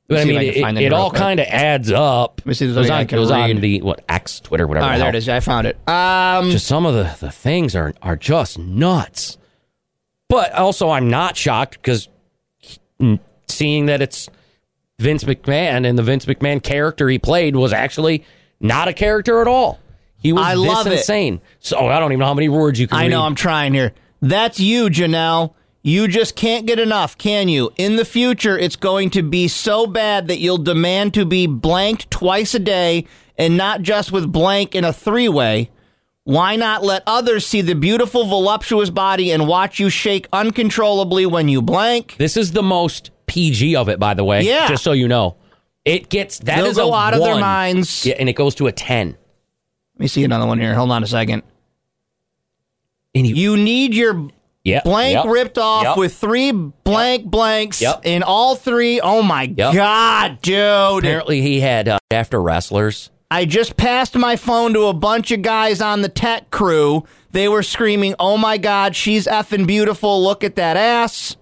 S2: But I
S1: see if
S2: mean,
S1: I can find
S2: it,
S1: it
S2: it
S1: real
S2: all
S1: quick.
S2: kind of adds up.
S1: me see if
S2: it
S1: there's
S2: was,
S1: something I
S2: on,
S1: can
S2: it was on
S1: read.
S2: the what X Twitter, whatever.
S1: All right,
S2: the
S1: there
S2: hell.
S1: it is. I found it. Um,
S2: Just some of the, the things are are just nuts. But also, I'm not shocked because seeing that it's Vince McMahon and the Vince McMahon character he played was actually not a character at all. He was
S1: I
S2: this
S1: love it.
S2: insane. So I don't even know how many words you can.
S1: I know
S2: read.
S1: I'm trying here. That's you, Janelle. You just can't get enough, can you? In the future, it's going to be so bad that you'll demand to be blanked twice a day and not just with blank in a three way. Why not let others see the beautiful, voluptuous body and watch you shake uncontrollably when you blank?
S2: This is the most PG of it, by the way.
S1: Yeah.
S2: Just so you know, it gets that is
S1: They'll go
S2: a
S1: out of their
S2: one.
S1: minds.
S2: Yeah, and it goes to a ten.
S1: Let me see another one here. Hold on a second.
S2: And he,
S1: You need your
S2: yeah,
S1: blank
S2: yep,
S1: ripped off
S2: yep.
S1: with three blank blanks
S2: Yep.
S1: in all three. Oh my
S2: Yep.
S1: god, dude!
S2: Apparently, he had uh, after wrestlers.
S1: I just passed my phone to a bunch of guys on the tech crew. They were screaming, "Oh my god, she's effing beautiful! Look at that ass!"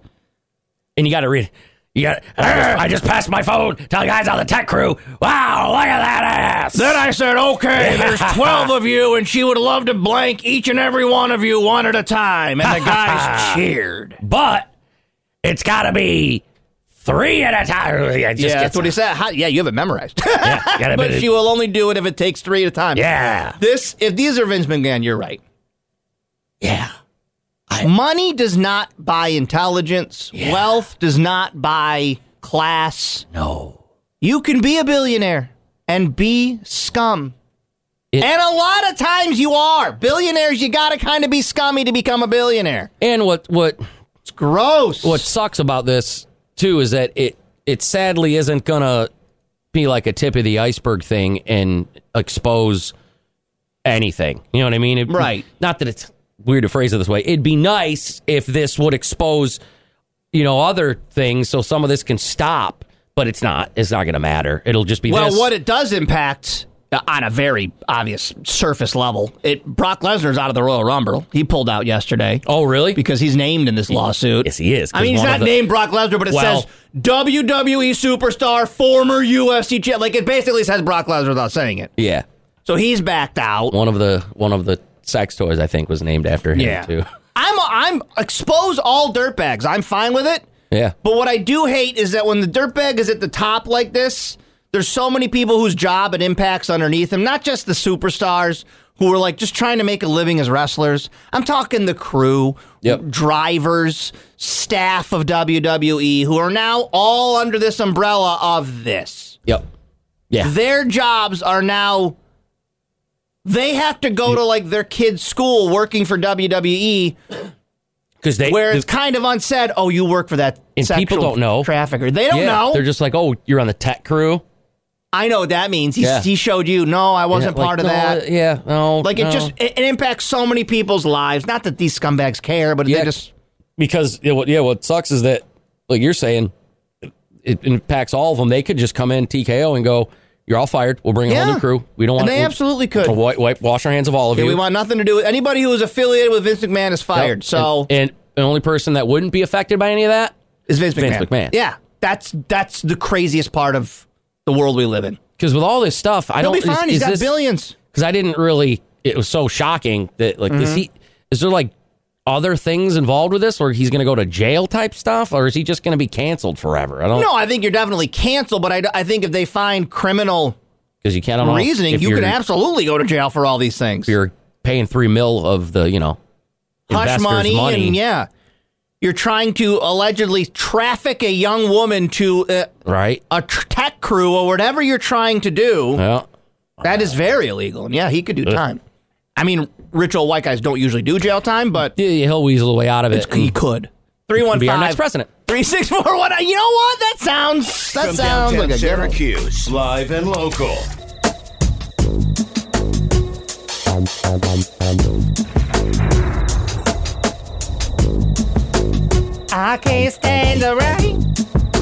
S2: and you got to read. You got. I just, I just passed my phone to the guys on the tech crew. Wow, look at that ass.
S1: I said,
S2: (laughs)
S1: "Okay, there's twelve of you, and she would love to blank each and every one of you one at a
S2: (laughs)
S1: time." And the guys cheered.
S2: but it's got to be three at a time. (laughs) It just
S1: yeah,
S2: gets-
S1: that's what he said. How- yeah, you have
S2: (laughs)
S1: it memorized.
S2: Yeah, gotta
S1: but
S2: be-
S1: she will only do it if it takes three at a time.
S2: Yeah.
S1: This, if these are Vince McMahon, you're right.
S2: yeah.
S1: Money does not buy intelligence. Wealth does not buy class.
S2: No.
S1: You can be a billionaire and be scum.
S2: It-
S1: and a lot of times you are. Billionaires, you got to kind of be scummy to become a billionaire.
S2: And what what
S1: It's gross.
S2: what sucks about this too is that it it sadly isn't gonna be like a tip of the iceberg thing and expose anything. You know what I mean? It-
S1: Right.
S2: Not that it's weird to phrase it this way. It'd be nice if this would expose, you know, other things so some of this can stop. But it's not. It's not gonna matter. It'll just be
S1: well,
S2: this.
S1: what it does impact uh, on a very obvious surface level, it Brock Lesnar's out of the Royal Rumble. He pulled out yesterday.
S2: Oh really?
S1: because he's named in this lawsuit.
S2: Yes, he is, 'cause
S1: I mean, he's
S2: one of
S1: not
S2: the-
S1: named Brock Lesnar, but it
S2: Well-
S1: says WWE superstar, former UFC champ. Like it basically says Brock Lesnar without saying it.
S2: yeah.
S1: So he's backed out.
S2: One of the one of the sex toys I think was named after him
S1: Yeah.
S2: too.
S1: I'm I'm expose all dirtbags. I'm fine with it.
S2: Yeah.
S1: But what I do hate is that when the dirtbag is at the top like this, there's so many people whose job it impacts underneath them, not just the superstars who are like just trying to make a living as wrestlers. I'm talking the crew,
S2: Yep.
S1: drivers, staff of WWE who are now all under this umbrella of this.
S2: Yep. Yeah.
S1: Their jobs are now they have to go to like their kids' school working for WWE
S2: Because they
S1: where
S2: the-
S1: it's kind of unsaid. Oh, you work for that
S2: And people
S1: sexual
S2: don't know.
S1: trafficker. They don't
S2: Yeah,
S1: know.
S2: They're just like, oh, you're on the tech crew.
S1: I know what that means. He
S2: Yeah.
S1: he showed you. No, I wasn't
S2: Yeah, like,
S1: part of
S2: no,
S1: that.
S2: uh, Yeah, no.
S1: like
S2: no.
S1: it just it, it impacts so many people's lives. Not that these scumbags care, but
S2: Yeah.
S1: they just
S2: because yeah, what, yeah, what sucks is that like you're saying, it impacts all of them. They could just come in TKO and go, "You're all fired. We'll bring in a whole
S1: Yeah.
S2: new crew. We don't
S1: And
S2: want
S1: they
S2: we-
S1: absolutely could.
S2: We'll wipe, wipe, wash our hands of all of
S1: yeah,
S2: you.
S1: we want nothing to do with anybody who is affiliated with Vince McMahon is
S2: Yep.
S1: fired. So
S2: and, and the only person that wouldn't be affected by any of that
S1: is Vince McMahon.
S2: Vince McMahon.
S1: Yeah, that's that's the craziest part of the world we live in.
S2: because with all this stuff, I
S1: He'll
S2: don't.
S1: be
S2: Is,
S1: fine. He's
S2: is
S1: got
S2: this,
S1: billions.
S2: because I didn't really. It was so shocking that like
S1: Mm-hmm.
S2: is he? Is there like other things involved with this, or he's going to go to jail type stuff, or is he just going to be canceled forever? I don't
S1: No, I think you're definitely canceled, but I, I think if they find criminal
S2: because you can't. I don't know if-
S1: reasoning,
S2: if
S1: you
S2: you're-
S1: can absolutely go to jail for all these things.
S2: if you're paying three mil of the you know
S1: hush
S2: investors'
S1: money,
S2: money.
S1: and yeah, you're trying to allegedly traffic a young woman to uh,
S2: right?
S1: a tr- tech crew or whatever you're trying to do.
S2: Well,
S1: that is very illegal, and yeah, he could do time. I mean, rich old white guys don't usually do jail time, but
S2: Yeah, he'll weasel a way out of it.
S1: it's, he could. Three one
S2: be our
S1: five
S2: next president.
S1: Three six four one. You know what? That sounds. That
S3: From
S1: sounds
S3: downtown
S1: like a good one.
S3: Syracuse, live and local.
S1: I can't stand the rain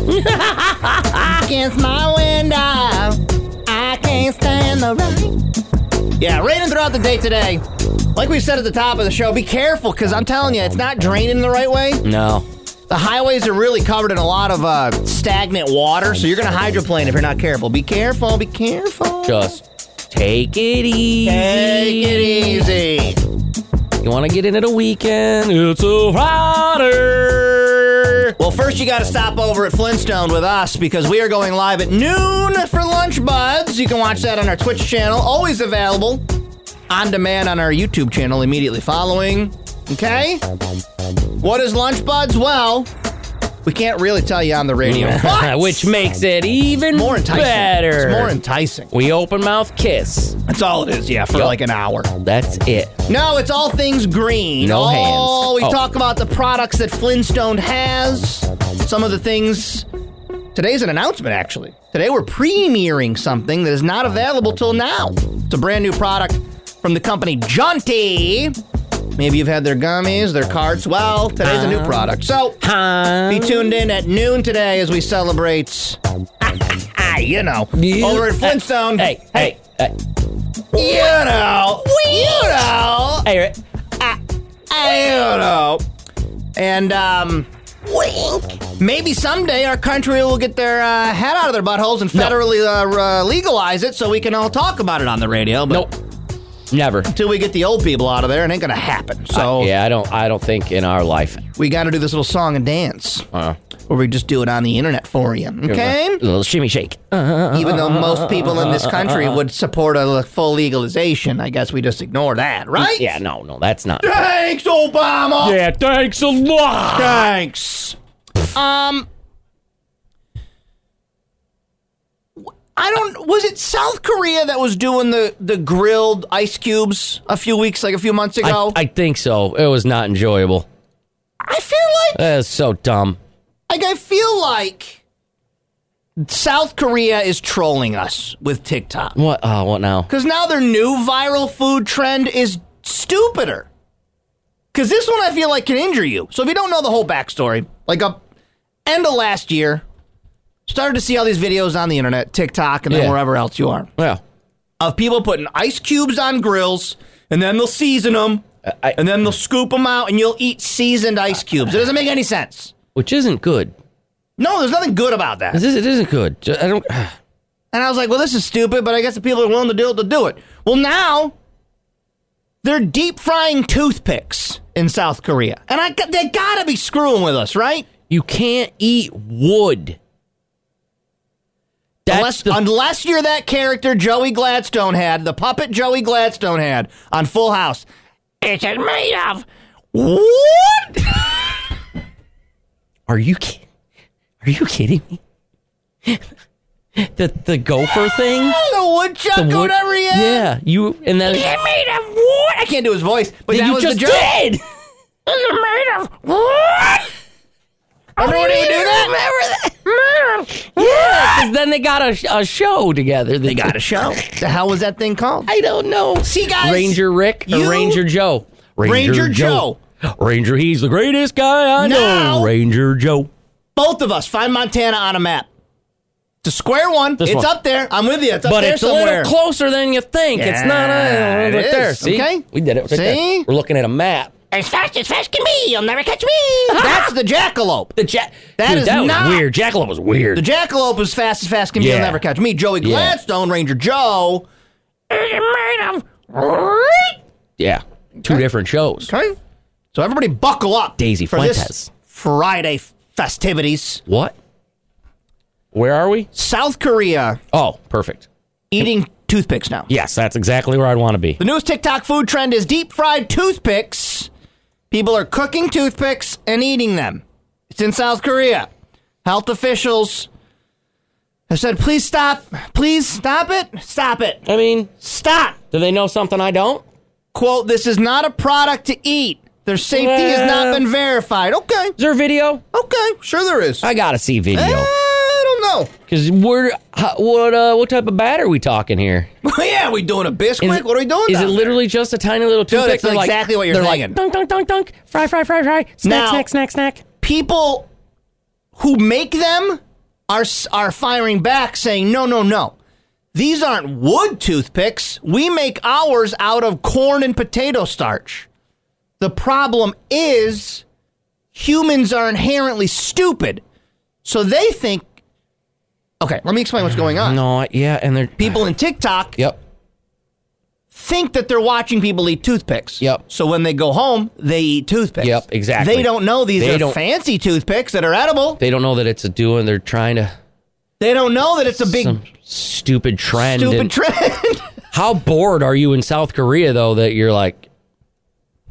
S1: (laughs) against my window. I can't stand the rain. Yeah, raining throughout the day today. Like we said at the top of the show, be careful because I'm telling you, it's not draining the right way.
S2: No.
S1: The highways are really covered in a lot of uh, stagnant water, so you're gonna hydroplane if you're not careful. Be careful. Be careful.
S2: Just take it easy.
S1: take it e- easy.
S2: You want to get into the weekend? It's a Friday.
S1: (laughs) Well, first you got to stop over at Flintstone with us because we are going live at noon for Lunch Buds. You can watch that on our Twitch channel, always available on demand on our YouTube channel immediately following. Okay? What is Lunch Buds? Well, we can't really tell you on the (laughs) radio.
S2: (laughs)
S1: but
S2: Which makes it even
S1: more enticing.
S2: better.
S1: It's more enticing.
S2: we open mouth kiss.
S1: That's all it is, yeah, for
S2: Yup.
S1: like an hour.
S2: That's it.
S1: No, it's all things green.
S2: No
S1: all,
S2: hands.
S1: We
S2: Oh.
S1: talk about the products that Flintstone has. Some of the things. Today's an announcement, actually. Today we're premiering something that is not available till now. It's a brand new product from the company Junty. Maybe you've had their gummies, their carts. Well, today's a new
S2: Uh-huh.
S1: product. So be tuned in at noon today as we celebrate. ah, you know, over at Flintstone.
S2: uh, Hey, hey, hey,
S1: You know. You know.
S2: hey, Rick.
S1: I don't know. And um, wink. Maybe someday our country will get their uh, head out of their buttholes and federally uh, uh, legalize it, so we can all talk about it on the radio. But
S2: Nope. Never.
S1: until we get the old people out of there, it ain't gonna happen. So
S2: Uh, Yeah, I don't. I don't think in our life.
S1: we got to do this little song and dance,
S2: Uh,
S1: where we just do it on the internet for you. Okay.
S2: little shimmy shake.
S1: Even though most people in this country would support a full legalization, I guess we just ignore that, right?
S2: Yeah, no, no, that's not.
S1: Thanks, Obama.
S2: Yeah, thanks a lot.
S1: Thanks. Um, I don't. Was it South Korea that was doing the the grilled ice cubes a few weeks, like a few months
S2: I,
S1: ago? I,
S2: I think so. It was not enjoyable.
S1: feel like,
S2: That's so dumb.
S1: like I feel like South Korea is trolling us with TikTok
S2: What? Uh, what now?
S1: because now their new viral food trend is stupider. Because this one I feel like can injure you. So if you don't know the whole backstory, like up end of last year, started to see all these videos on the internet, TikTok, and then
S2: Yeah.
S1: wherever else you are,
S2: Well,
S1: of people putting ice cubes on grills, and then they'll season them,
S2: Uh, I-
S1: and then they'll scoop them out, and you'll eat seasoned ice cubes. It doesn't make any sense.
S2: which isn't good.
S1: No, there's nothing good about that.
S2: This is, it isn't good. Ju- I don't. (sighs)
S1: And I was like, well, this is stupid, but I guess the people are willing to do it, they'll do it. Well, now they're deep frying toothpicks in South Korea. And I, got- they gotta be screwing with us, right?
S2: You can't eat wood.
S1: unless,
S2: That's the
S1: unless you're that character Joey Gladstone had, the puppet Joey Gladstone had on Full House. It's made of wood. (laughs)
S2: Are you ki- Are you kidding me? the the gopher thing?
S1: the woodchuck,
S2: The wood-
S1: whatever he is.
S2: Yeah, you and then
S1: It's made of wood. I can't do his voice, but that
S2: you
S1: was
S2: just
S1: the joke.
S2: did.
S1: It's made of wood. Remember when he would do that? Remember that?
S2: Yeah, 'cause then they got a, sh- a show together.
S1: They got a show. The hell was that thing called?
S2: I don't know.
S1: See, guys,
S2: Ranger Rick or
S1: you-
S2: Ranger Joe?
S1: Ranger Joe.
S2: Ranger, he's the greatest guy I
S1: Now-
S2: know. Ranger Joe.
S1: Both of us find Montana on a map. It's a square one.
S2: This
S1: it's
S2: one.
S1: up there. I'm with you. It's up
S2: But
S1: there
S2: it's
S1: somewhere.
S2: a little closer than you think. it's not
S1: Yeah,
S2: uh,
S1: it
S2: right there.
S1: is.
S2: See,
S1: Okay.
S2: we did it. Right there.
S1: See?
S2: we're looking at a map.
S1: As fast as fast can be, you'll never catch
S2: (laughs)
S1: me. That's the jackalope.
S2: The jack.
S1: That
S2: Dude,
S1: is
S2: that
S1: not-
S2: was weird. Jackalope was weird.
S1: The jackalope is fast as fast can be, you'll
S2: Yeah.
S1: never catch me. Joey
S2: Yeah.
S1: Gladstone, Ranger Joe.
S2: yeah, two different shows.
S1: Okay. So everybody buckle up.
S2: Daisy
S1: for this
S2: Fuentes.
S1: Friday festivities.
S2: What? Where are we?
S1: South Korea
S2: Oh, perfect.
S1: eating toothpicks now.
S2: Yes, that's exactly where I'd want to be.
S1: The newest TikTok food trend is deep fried toothpicks. People are cooking toothpicks and eating them. It's in South Korea. Health officials have said, please stop. Please stop it. Stop it.
S2: I mean,
S1: Stop.
S2: do they know something I don't?
S1: Quote, this is not a product to eat. Their safety has not been verified. Okay.
S2: Is there video?
S1: Okay. Sure there is.
S2: I gotta see
S1: Eh,
S2: video.
S1: I don't know. (laughs)
S2: Cause we're how, what uh, what type of batter are we talking here?
S1: yeah, we doing a
S2: Is
S1: bisquick?
S2: it-
S1: What are we doing?
S2: Is
S1: down
S2: it
S1: there?
S2: literally just a tiny little
S1: Dude,
S2: toothpick?
S1: that's
S2: They're like-
S1: exactly what you're
S2: they're
S1: thinking.
S2: Like, dunk, dunk, dunk, dunk. Fry, fry, fry, fry. Snack,
S1: Now-
S2: snack, snack, snack.
S1: people who make them are s- are firing back saying no no no these aren't wood toothpicks we make ours out of corn and potato starch the problem is humans are inherently stupid so they think okay let me explain what's going on
S2: No, I- yeah, and they're
S1: people in tiktok
S2: Yep.
S1: think that they're watching people eat toothpicks
S2: Yep.
S1: so when they go home they eat toothpicks
S2: Yep, exactly.
S1: they don't know these
S2: They
S1: are
S2: don't-
S1: fancy toothpicks that are edible
S2: They don't know that it's a do, and they're trying to
S1: They don't know that it's a big
S2: some stupid trend.
S1: stupid
S2: and-
S1: trend. (laughs)
S2: How bored are you in South Korea though that you're like,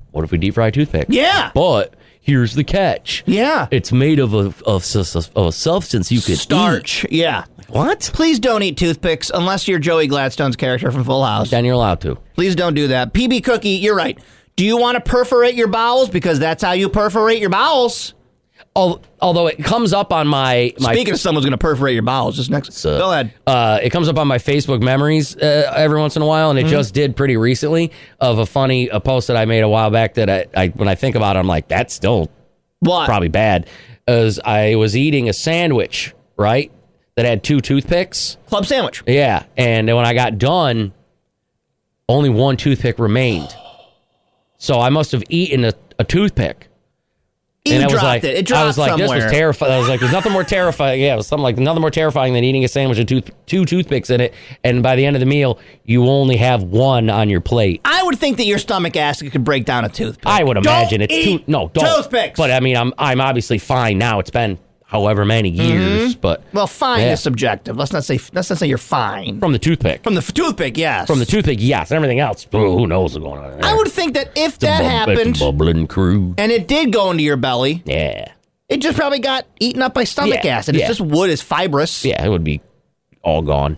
S2: what if we deep fry toothpicks?
S1: Yeah.
S2: But here's the catch.
S1: Yeah.
S2: It's made of a of, s- s- of a substance you could eat.
S1: Starch. Yeah.
S2: What?
S1: Please don't eat toothpicks unless you're Joey Gladstone's character from Full House.
S2: Then you're allowed to.
S1: Please don't do that. PB Cookie, you're right. Do you want to perforate your bowels? Because that's how you perforate your bowels.
S2: Al- Although it comes up on my my
S1: Speaking of someone's going to perforate your bowels, just next.
S2: uh,
S1: Go ahead.
S2: uh, it comes up on my Facebook memories uh, every once in a while, and it
S1: Mm-hmm.
S2: just did pretty recently of a funny a post that I made a while back that I, I when I think about it, I'm like, that's still
S1: What?
S2: probably bad. As I was eating a sandwich, right, that had two toothpicks.
S1: Club sandwich.
S2: Yeah, and when I got done, only one toothpick remained. So I must have eaten a, a toothpick.
S1: You
S2: and I was
S1: dropped
S2: like,
S1: it. It dropped
S2: I was like,
S1: somewhere.
S2: this was terrifying. I was like, there's nothing
S1: (laughs)
S2: more terrifying. Yeah, it was something like nothing more terrifying than eating a sandwich with tooth- two toothpicks in it, and by the end of the meal, you only have one on your plate.
S1: I would think that your stomach acid could break down a toothpick.
S2: I would
S1: Don't
S2: imagine it's
S1: eat
S2: tooth- no don't.
S1: toothpicks.
S2: But uh, I mean, I'm I'm obviously fine now. It's been however many years, but
S1: Mm-hmm. well, fine
S2: Yeah.
S1: is subjective. Let's not say let's not say you're fine
S2: from the toothpick,
S1: from the f- toothpick. Yes,
S2: from the toothpick, yes. Everything else, oh, who knows what's going on? in
S1: I
S2: there.
S1: would think that if
S2: It's a
S1: that
S2: bub- it's a
S1: happened
S2: bubbling crew.
S1: and it did go into your belly,
S2: Yeah,
S1: it just probably got eaten up by stomach
S2: Yeah,
S1: acid. It's
S2: yeah.
S1: just wood is fibrous.
S2: yeah, it would be all gone.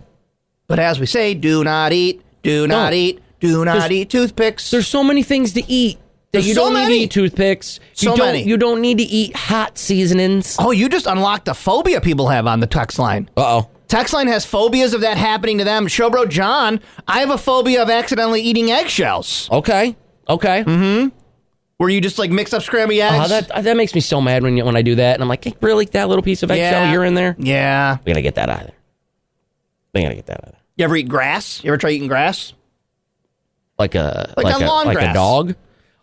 S1: But as we say, do not eat, do not
S2: Don't.
S1: eat, do not
S2: There's-
S1: eat toothpicks.
S2: There's so many things to eat that
S1: There's
S2: you
S1: so
S2: don't need
S1: many.
S2: to eat toothpicks.
S1: So
S2: you don't,
S1: many.
S2: You don't need to eat hot seasonings. Uh
S1: Oh, you just unlocked the phobia people have on the text line.
S2: oh.
S1: Text line has phobias of that happening to them. Showbro John, I have a phobia of accidentally eating eggshells.
S2: Okay. Okay.
S1: Where you just like mix up scrambled eggs.
S2: Oh, that that makes me so mad when you, when I do that, and I'm like, hey, really, that little piece of eggshell
S1: Yeah.
S2: you're in there?
S1: Yeah.
S2: We gotta get that out of there. We gotta get that out of there.
S1: You ever eat grass? You ever try eating grass?
S2: Like a
S1: Like
S2: like,
S1: on
S2: a,
S1: lawn
S2: like
S1: grass.
S2: a dog.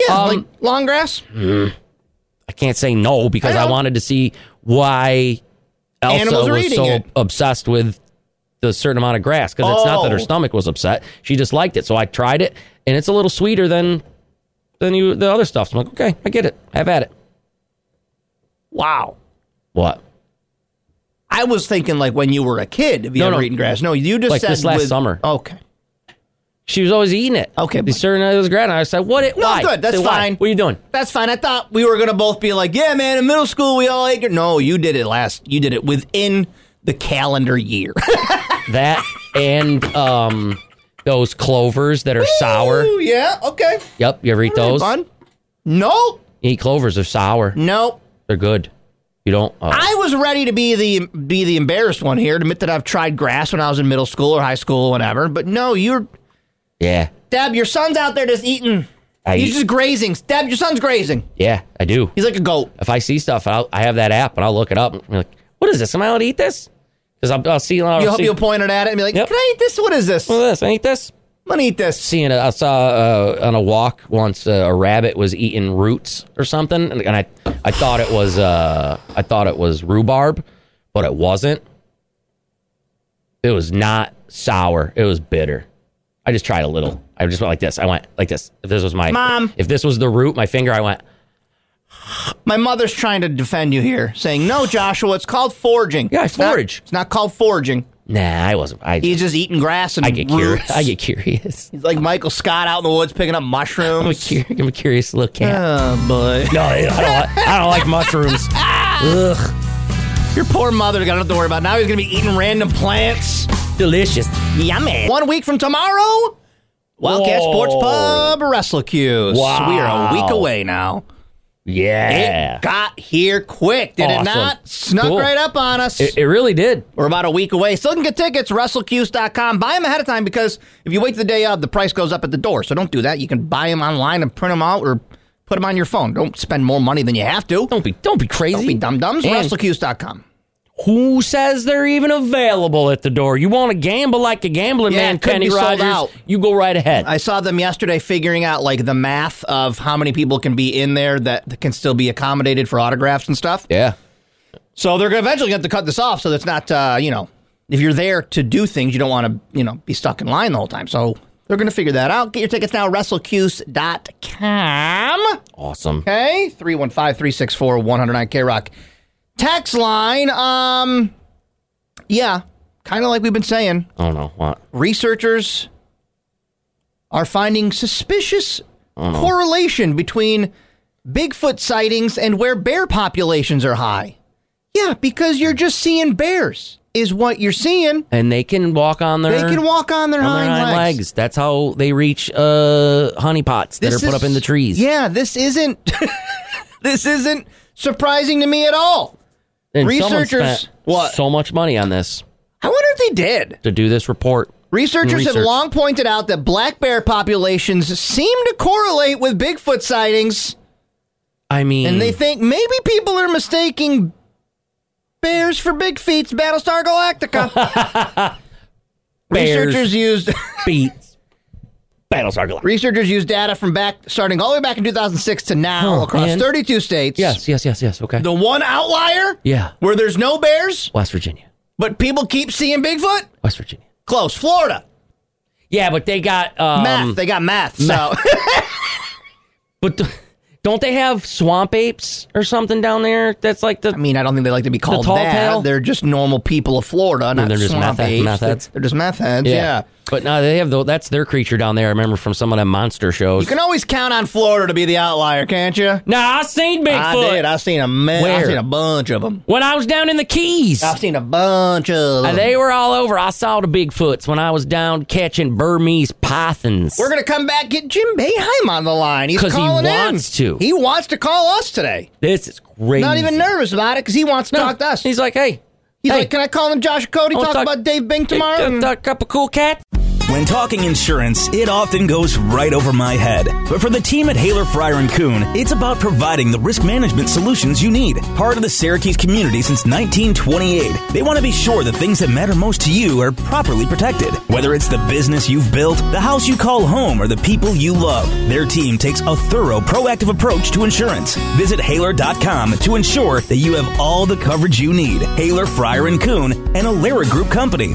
S1: Yeah,
S2: Um,
S1: like long grass.
S2: I can't say no because
S1: I
S2: I,
S1: know.
S2: wanted to see why Elsa
S1: Animals are
S2: was
S1: eating
S2: so
S1: it.
S2: obsessed with the certain amount of grass because it's not that her
S1: Oh.
S2: stomach was upset; she just liked it. So I tried it, and it's a little sweeter than than you the other stuff. So I'm like, okay, I get it. Have at it.
S1: Wow.
S2: What?
S1: I was thinking like when you were a kid, have you
S2: No,
S1: ever
S2: no.
S1: eaten grass? No, you just
S2: Like
S1: said
S2: this last
S1: with-
S2: summer.
S1: Okay.
S2: She was always eating it.
S1: Okay,
S2: the
S1: but-
S2: certain amount of grass. And I said, what? It,
S1: No,
S2: why?
S1: good. That's
S2: Say, why?
S1: fine.
S2: What are you doing?
S1: That's fine. I thought we were gonna both be like, yeah, man. In middle school, we all ate. gra-" No, you did it last. You did it within the calendar year. (laughs)
S2: That and um those clovers that are (laughs) sour.
S1: Ooh, yeah. Okay.
S2: Yep, you ever eat
S1: Hey,
S2: those?
S1: bud. Nope.
S2: Eat clovers. They're sour.
S1: Nope.
S2: They're good. You don't. Uh,
S1: I was ready to be the be the embarrassed one here, to admit that I've tried grass when I was in middle school or high school or whatever. But no, you're
S2: yeah.
S1: Deb. Your son's out there just eating.
S2: I
S1: He's
S2: eat-
S1: just grazing. Deb, your son's grazing.
S2: Yeah, I do.
S1: He's like a goat.
S2: If I see stuff, I'll, I have that app and I'll look it up. And be like, what is this? Am I allowed to eat this? Because I'll, I'll see. I'll
S1: You hope
S2: Oh, see,
S1: you'll point it at it and be like,
S2: Yep.
S1: "Can I eat this? What is this?
S2: What
S1: I'm
S2: is (laughs) this? I eat this.
S1: gonna eat this."
S2: Seeing it, I saw uh, on a walk once uh, a rabbit was eating roots or something, and, and I, I thought it was, uh, I thought it was rhubarb, but it wasn't. It was not sour. It was bitter. I just tried a little. I just went like this. I went like this. If this was my
S1: Mom.
S2: if this was the root, my finger, I went.
S1: My mother's trying to defend you here, saying, "No, Joshua, it's called foraging."
S2: Yeah, I
S1: It's not-
S2: forage.
S1: It's not called foraging.
S2: Nah, I wasn't. I,
S1: He's just eating grass and
S2: I get
S1: roots.
S2: curious. I get curious.
S1: He's like Michael Scott out in the woods picking up
S2: I'm a,
S1: mushrooms.
S2: cur- I'm a curious little cat.
S1: Oh boy,
S2: No, I don't, like, I don't like
S1: (laughs)
S2: mushrooms. Ugh,
S1: your poor mother got nothing to worry about. Now he's gonna be eating random plants.
S2: delicious.
S1: Yummy. One week from tomorrow, Wildcat
S2: Whoa.
S1: Sports Pub WrestleCuse.
S2: Wow.
S1: We are a week away now.
S2: Yeah.
S1: It got here quick, did
S2: Awesome.
S1: it not? Snuck
S2: Cool.
S1: right up on us.
S2: It, it really did.
S1: We're about a week away. Still can get tickets, WrestleCuse.com. Buy them ahead of time because if you wait to the day of, the price goes up at the door. So don't do that. You can buy them online and print them out or put them on your phone. Don't spend more money than you have to.
S2: Don't be don't be crazy.
S1: Don't be dum dums.
S2: And
S1: WrestleCuse.com.
S2: Who says they're even available at the door? You want to gamble like a gambling
S1: Yeah,
S2: man,
S1: it could
S2: Kenny
S1: be sold
S2: Rogers?
S1: out.
S2: You go right ahead.
S1: I saw them yesterday figuring out like the math of how many people can be in there that can still be accommodated for autographs and stuff.
S2: yeah.
S1: So they're gonna eventually going to have to cut this off so that's not, uh, you know, if you're there to do things, you don't want to, you know, be stuck in line the whole time. So they're going to figure that out. Get your tickets now, wrestlecuse.com.
S2: Awesome.
S1: Okay, 315-364-109K Rock. Text line, um, yeah, kind of like we've been saying,
S2: I don't know what.
S1: researchers are finding suspicious
S2: Uh-huh.
S1: correlation between Bigfoot sightings and where bear populations are high. Yeah, because you're just seeing bears is what you're seeing.
S2: And they can walk on their
S1: They can walk on their,
S2: on their
S1: hind,
S2: hind legs.
S1: legs.
S2: That's how they reach uh honeypots that are
S1: This
S2: put up
S1: is-
S2: in the trees.
S1: Yeah, this isn't (laughs) this isn't surprising to me at all.
S2: And someone
S1: Researchers-
S2: spent
S1: What?
S2: so much money on this
S1: I wonder if they did.
S2: to do this report.
S1: Researchers have
S2: Research.
S1: long pointed out that black bear populations seem to correlate with Bigfoot sightings,
S2: I mean,
S1: and they think maybe people are mistaking bears for Big Feet's Battlestar Galactica.
S2: (laughs) Bears.
S1: Researchers used (laughs)
S2: beats Battlestar Galactica.
S1: researchers used data from back starting all the way back in 2006 to now
S2: Huh,
S1: across
S2: and-
S1: 32
S2: Oh,
S1: states.
S2: Yes, yes, yes, yes. Okay,
S1: The one outlier
S2: Yeah.
S1: where there's no bears,
S2: West Virginia,
S1: but people keep seeing Bigfoot?
S2: West Virginia.
S1: Close. Florida.
S2: Yeah, but they got um,
S1: Math. they got math. So
S2: But th- don't they have swamp apes or something down there? That's like the
S1: (laughs) I mean, I don't think they like to be called
S2: tall
S1: that.
S2: tale?
S1: They're just normal people of Florida, not
S2: they're just
S1: swamp
S2: meth-
S1: apes.
S2: meth heads.
S1: They're, they're just meth heads. Yeah.
S2: But no, they have the, that's their creature down there. I remember from some of them monster shows.
S1: You can always count on Florida to be the outlier, can't you?
S2: nah, I seen Bigfoot
S1: I did. I've seen a man.
S2: Where?
S1: I've seen a bunch of them.
S2: when I was down in the Keys.
S1: I've seen a bunch of them.
S2: And they were all over. I saw the Bigfoots when I was down catching Burmese pythons.
S1: We're gonna come back get Jim Bayheim on the line. He's
S2: 'Cause he
S1: calling
S2: wants to.
S1: in. He wants to call us today.
S2: this is crazy.
S1: Not even nervous about it because he wants to
S2: No.
S1: talk to us. He's,
S2: He's like, hey, hey,
S1: like, "Can I call him Josh Cody?
S2: I wanna
S1: Talk, about Dave Bing
S2: Talk,
S1: tomorrow."
S2: uh, talk a couple cool cats.
S4: When talking insurance, it often goes right over my head. But for the team at Haler Fryer and Coon, it's about providing the risk management solutions you need. Part of the Syracuse community since 1928, they want to be sure the things that matter most to you are properly protected. Whether it's the business you've built, the house you call home, or the people you love, their team takes a thorough, proactive approach to insurance. Visit Haler.com to ensure that you have all the coverage you need. Haler Fryer and Coon, an Alera Group company,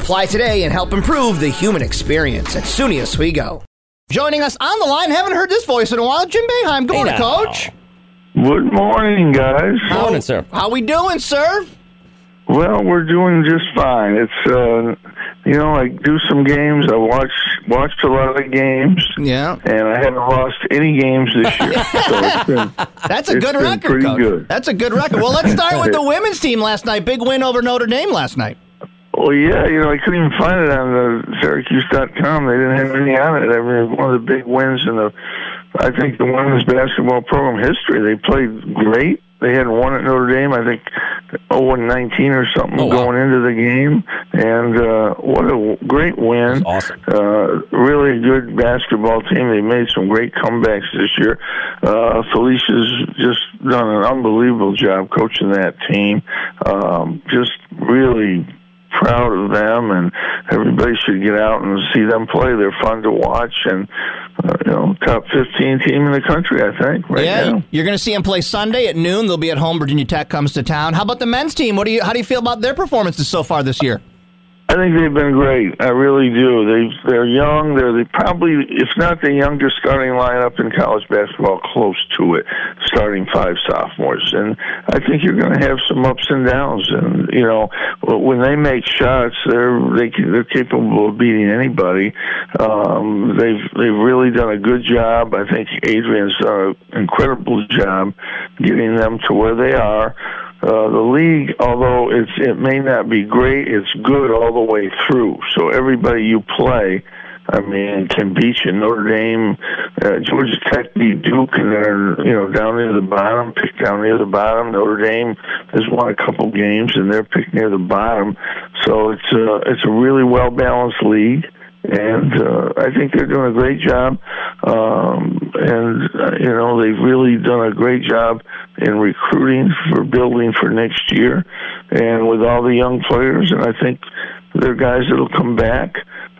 S1: Apply today and help improve the human experience at SUNY Oswego. Joining us on the line, haven't heard this voice in a while, Jim Beheim. Good morning,
S2: Hey, now.
S1: Coach.
S5: Good morning, guys.
S1: How-
S2: Morning, sir.
S1: How we doing, sir?
S5: Well, we're doing just fine. It's uh, you know, I do some games. I watch watched a lot of games,
S1: Yeah,
S5: and I haven't lost any games
S2: (laughs)
S5: this year. so it's been,
S1: that's a
S5: It's
S1: good
S5: been
S1: record,
S5: pretty
S1: Coach.
S5: good.
S1: That's a good record. Well, let's start
S5: (laughs)
S1: with the women's team last night. Big win over Notre Dame last night.
S5: well, yeah, you know, I couldn't even find it on the Syracuse.com. They didn't have any on it. I mean, one of the big wins in the, I think the women's basketball program history. They played great. They had won at Notre Dame, I think, 0-19 or something
S2: Oh, wow.
S5: going into the game, and uh, what a great win!
S2: Awesome.
S5: uh, really good basketball team. They made some great comebacks this year. Uh, Felicia's just done an unbelievable job coaching that team. Um, just really proud of them, and everybody should get out and see them play. They're fun to watch, and uh, you know, top fifteen team in the country, I think, right
S1: yeah,
S5: now.
S1: you're going to see them play Sunday at noon. They'll be at home. Virginia Tech comes to town. How about the men's team? What do you? How do you feel about their performances so far this year?
S5: I think they've been great. I really do. They they're young. They're the, probably, if not the youngest starting lineup in college basketball, close to it. Starting five sophomores, and I think you're going to have some ups and downs. And you know, when they make shots, they're they can, they're capable of beating anybody. Um, they've they've really done a good job. I think Adrian's done an incredible job getting them to where they are. Uh, the league, although it's it may not be great, it's good all the way through. So everybody you play, I mean, can beat you. Notre Dame, uh, Georgia Tech beat Duke, and they're you know down near the bottom, picked down near the bottom. Notre Dame has won a couple games, and they're picked near the bottom. So it's a it's a really well balanced league and uh, I think they're doing a great job. Um, and uh, you know they've really done a great job in recruiting for building for next year, and with all the young players. And I think they're guys that'll come back.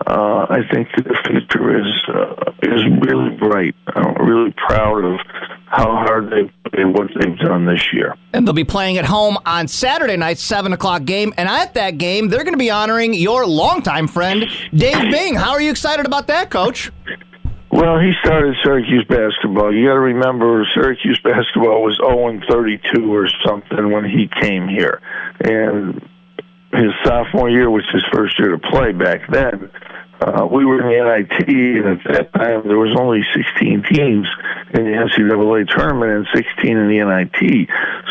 S5: Uh, I think the future is uh, is really bright. I'm really proud of how hard they've played and what they've done this year.
S1: And they'll be playing at home on Saturday night, 7 o'clock game. And at that game, they're going to be honoring your longtime friend, Dave Bing. How are you excited about that, coach?
S5: Well, he started Syracuse basketball. You got to remember, Syracuse basketball was 0 and 32 or something when he came here, and his sophomore year was his first year to play back then. Uh, we were in the NIT, and at that time there was only 16 teams in the NCAA tournament and 16 in the NIT.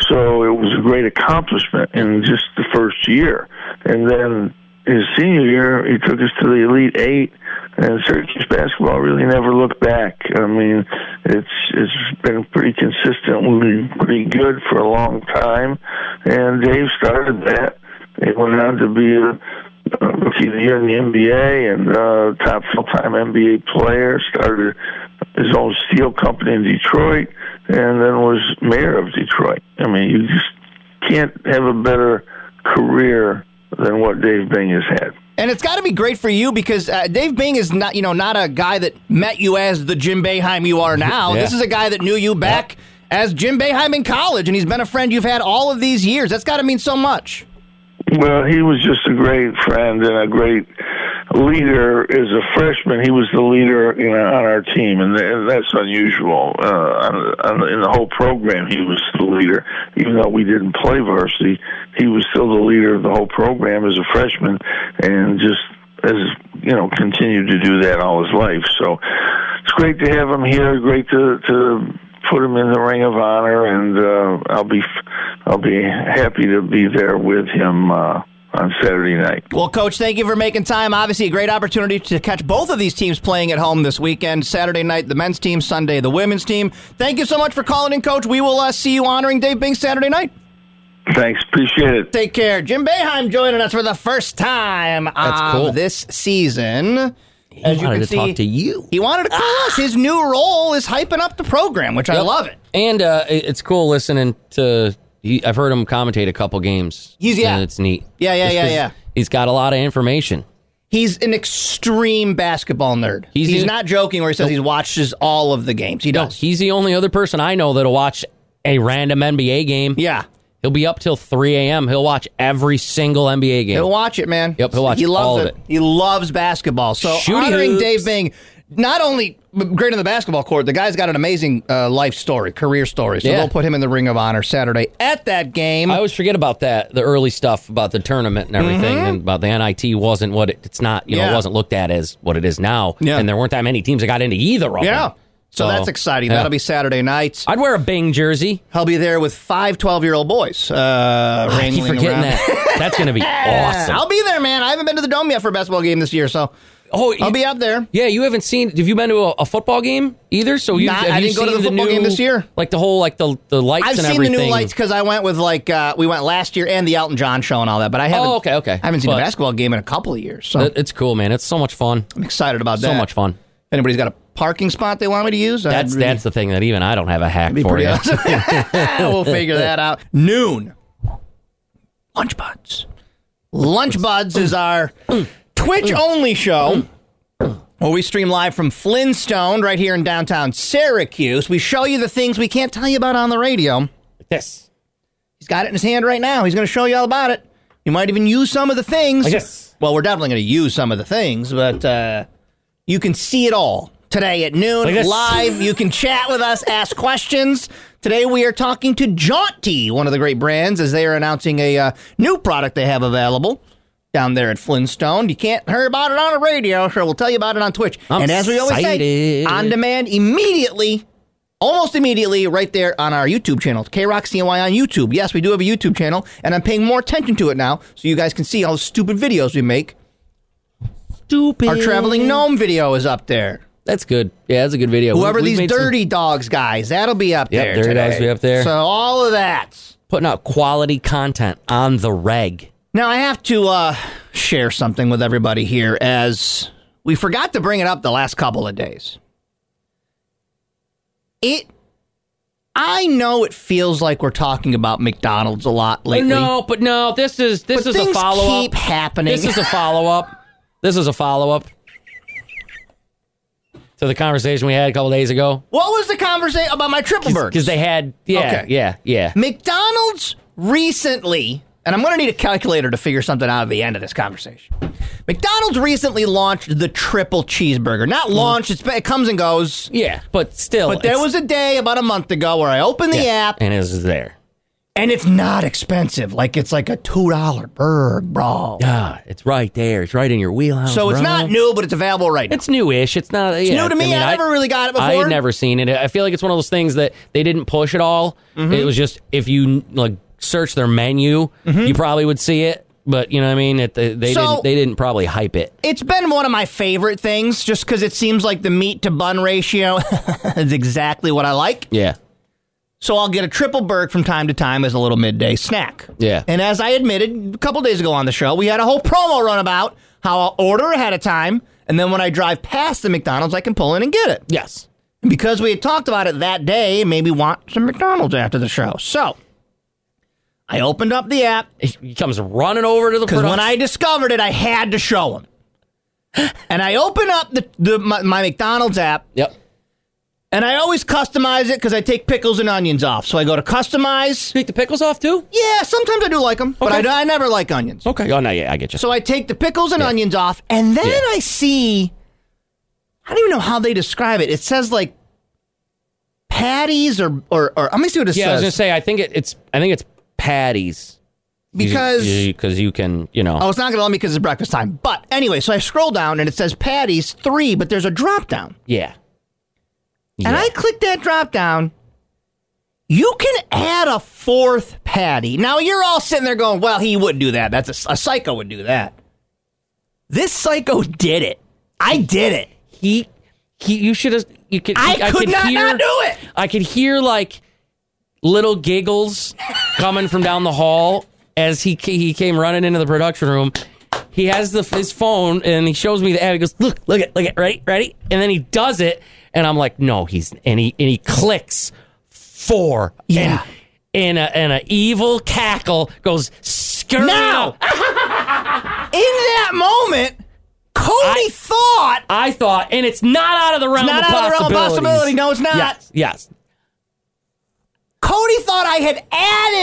S5: So it was a great accomplishment in just the first year. And then his senior year, he took us to the Elite Eight, and Syracuse basketball really never looked back. I mean, it's it's been pretty consistently pretty good for a long time, and Dave started that. It went on to be a, a rookie of the year in the NBA and uh, top full-time NBA player. Started his own steel company in Detroit, and then was mayor of Detroit. I mean, you just can't have a better career than what Dave Bing has had.
S1: And it's got to be great for you because uh, Dave Bing is not, you know, not a guy that met you as the Jim Beheim you are now.
S2: Yeah.
S1: This is a guy that knew you back as Jim Beheim in college, and he's been a friend you've had all of these years. That's got to mean so much.
S5: Well, he was just a great friend and a great leader. As a freshman, he was the leader you know, on our team, and, th- and that's unusual. Uh, on, on, in the whole program, he was the leader. Even though we didn't play varsity, he was still the leader of the whole program as a freshman, and just as you know, continued to do that all his life. So it's great to have him here. Great to to put him in the ring of honor, and uh, I'll be I'll be happy to be there with him uh, on Saturday night.
S1: Well, Coach, thank you for making time. Obviously, a great opportunity to catch both of these teams playing at home this weekend. Saturday night, the men's team, Sunday, the women's team. Thank you so much for calling in, Coach. We will uh, see you honoring Dave Bing Saturday night.
S5: Thanks, appreciate it.
S1: Take care. Jim Beheim joining us for the first time of
S2: cool.
S1: this season.
S2: He wanted to talk to you.
S1: He wanted to Ah! call us. His new role is hyping up the program, which I
S2: Yep.
S1: love it.
S2: And uh, it- it's cool listening to. He, I've heard him commentate a couple games.
S1: He's- yeah.
S2: and it's neat.
S1: Yeah, yeah,
S2: Just
S1: yeah,
S2: 'cause
S1: yeah.
S2: He's got a lot of information.
S1: He's an extreme basketball nerd. He's,
S2: He's-
S1: not joking where he says he watches all of the games. He does.
S2: He's the only other person I know that'll watch a random NBA game.
S1: yeah.
S2: he'll be up till three a.m. He'll watch every single NBA game.
S1: He'll watch it, man.
S2: Yep, he'll watch
S1: he loves
S2: all of it.
S1: He loves basketball. So
S2: Shooty
S1: honoring
S2: hoops.
S1: Dave Bing, not only great on the basketball court, the guy's got an amazing uh, life story, career story. So
S2: Yeah.
S1: they'll put him in the Ring of Honor Saturday at that game.
S2: I always forget about that, the early stuff about the tournament and everything, and about the NIT wasn't what it, it's not, you know,
S1: Mm-hmm. Yeah.
S2: it wasn't looked at as what it is now.
S1: Yeah.
S2: And there weren't that many teams that got into either of
S1: yeah.
S2: them.
S1: So, that's exciting.
S2: yeah.
S1: That'll be Saturday night.
S2: I'd wear a Bing jersey.
S1: I'll be there with five 12 year old boys. Uh,
S2: Ah, I keep
S1: wrangling
S2: forgetting
S1: around.
S2: that. That's going to
S1: (laughs)
S2: be awesome.
S1: I'll be there, man. I haven't been to the dome yet for a basketball game this year, so
S2: oh, you-
S1: I'll be up there.
S2: Yeah, you haven't seen. Have you been to a, a football game either? So you,
S1: Nah,
S2: have
S1: I
S2: you
S1: didn't go to
S2: seen
S1: the football
S2: new-
S1: game this year.
S2: Like the whole, like the the lights
S1: I've
S2: and
S1: seen the
S2: everything.
S1: new lights because I went with like uh, we went last year and the Elton John show and all that, but I haven't.
S2: Oh, okay, okay.
S1: I haven't seen a
S2: But-
S1: basketball game in a couple of years, so
S2: It- It's cool, man. It's so much fun.
S1: I'm excited about that.
S2: So much fun.
S1: Anybody's got a parking spot they want me to use? I'd
S2: That's
S1: really-
S2: that's the thing that even I don't have a hack
S1: be
S2: for
S1: pretty
S2: you.
S1: awesome.
S2: (laughs)
S1: (laughs) we'll figure that out. Noon. Lunch Buds. Lunch Buds is our Twitch only show. Where we stream live from Flintstone right here in downtown Syracuse. We show you the things we can't tell you about on the radio.
S2: Yes.
S1: He's got it in his hand right now. He's going to show you all about it. You might even use some of the things.
S2: Yes.
S1: Well, we're definitely going to use some of the things, but uh, you can see it all today at noon
S6: Like this.
S1: live. you can chat with us, ask questions. Today we are talking to Jaunty, one of the great brands, as they are announcing a uh, new product they have available down there at Flintstone. You can't hear about it on the radio, so we'll tell you about it on Twitch.
S2: I'm
S1: and as we always say,
S2: excited.
S1: on demand immediately almost immediately right there on our YouTube channel. K Rock CNY on YouTube. Yes, we do have a YouTube channel, and I'm paying more attention to it now so you guys can see all the stupid videos we make.
S2: Stupid.
S1: Our traveling gnome video is up there.
S2: That's good. Yeah, that's a good video.
S1: Whoever
S2: We- we've
S1: these
S2: made some-
S1: dirty dogs guys, that'll be up
S2: Yep,
S1: there.
S2: dirty
S1: today.
S2: dogs will be up there.
S1: So all of that.
S2: putting out quality content on the reg.
S1: Now I have to uh, share something with everybody here as we forgot to bring it up the last couple of days. It I know it feels like we're talking about McDonald's a lot lately.
S2: Oh, No, but no, this is this
S1: But
S2: is a
S1: things
S2: follow
S1: keep
S2: up.
S1: happening.
S2: This is a follow up. This is a follow up to the conversation we had a couple days ago
S1: What was the conversation about my triple bird?
S2: because they had yeah
S1: Okay.
S2: yeah yeah.
S1: McDonald's recently, and I'm going to need a calculator to figure something out at the end of this conversation. McDonald's recently launched the triple cheeseburger.
S2: Mm-hmm.
S1: Not launched, it's, it comes and goes.
S2: Yeah, but still.
S1: But there
S2: Oh, it's-
S1: was a day about a month ago where I opened the
S2: yeah,
S1: app
S2: and it's there.
S1: and it's not expensive. Like it's like a $2 burger, bro.
S2: Ah, it's right there. It's right in your wheelhouse.
S1: So it's
S2: bro.
S1: not new, but it's available right now.
S2: It's newish. It's not. It's
S1: new to me. I never really got it
S2: I
S1: before.
S2: had never seen it. I feel like it's one of those things that they didn't push at all.
S1: Mm-hmm.
S2: It was just if you like search their menu, you probably would see it. But you know what I mean. It, they, they
S1: Mm-hmm. So-
S2: didn't. They didn't probably hype it.
S1: It's been one of my favorite things just because it seems like the meat to bun ratio (laughs) is exactly what I like.
S2: Yeah.
S1: So I'll get a triple burger from time to time as a little midday snack.
S2: Yeah.
S1: And as I admitted a couple days ago on the show, we had a whole promo run about how I'll order ahead of time, and then when I drive past the McDonald's, I can pull in and get it.
S2: Yes.
S1: And Because we had talked about it that day, it made me want some McDonald's after the show. So I opened up the app
S2: He comes running over to the
S1: because when
S2: production-
S1: I discovered it, I had to show him.
S2: (gasps)
S1: And I open up the, the my, my McDonald's app
S2: Yep.
S1: and I always customize it because I take pickles and onions off. So I go to customize.
S2: Take the pickles off too.
S1: Yeah, sometimes I do like them, but
S2: Okay.
S1: I, I never like onions.
S2: Okay. Oh no. Yeah, I get you.
S1: So I take the pickles and onions off, and then
S2: Yeah.
S1: I see. I don't even know how they describe it. It says like patties or or, or let me see what it
S2: yeah, I was
S1: says.
S2: gonna say. I think it, it's. I think it's patties
S1: because
S2: because you, can you know.
S1: Oh, it's not going to let me because it's breakfast time. But anyway, so I scroll down and it says patties three, but there's a drop down.
S2: Yeah.
S1: And I click that drop down. You can add a fourth patty. Now you're all sitting there going, well, he wouldn't do that. That's a, a psycho would do that. This psycho did it. I did it.
S2: he he you should have you could
S1: I could not not do it.
S2: I could hear like little giggles coming from down the hall as he ca- he came running into the production room. He has the his phone and he shows me the ad. He goes, "Look, look at look at ready, ready." And then he does it and I'm like, "No, he's and he and he clicks four.
S1: Yeah.
S2: And and a, and a evil cackle goes scurrying
S1: Now!
S2: out.
S1: In that moment, Cody thought
S2: I thought, and it's not out of the realm
S1: not
S2: of
S1: out of the realm of
S2: possibilities.
S1: possibility. No, it's not.
S2: Yes, yes.
S1: Cody thought I had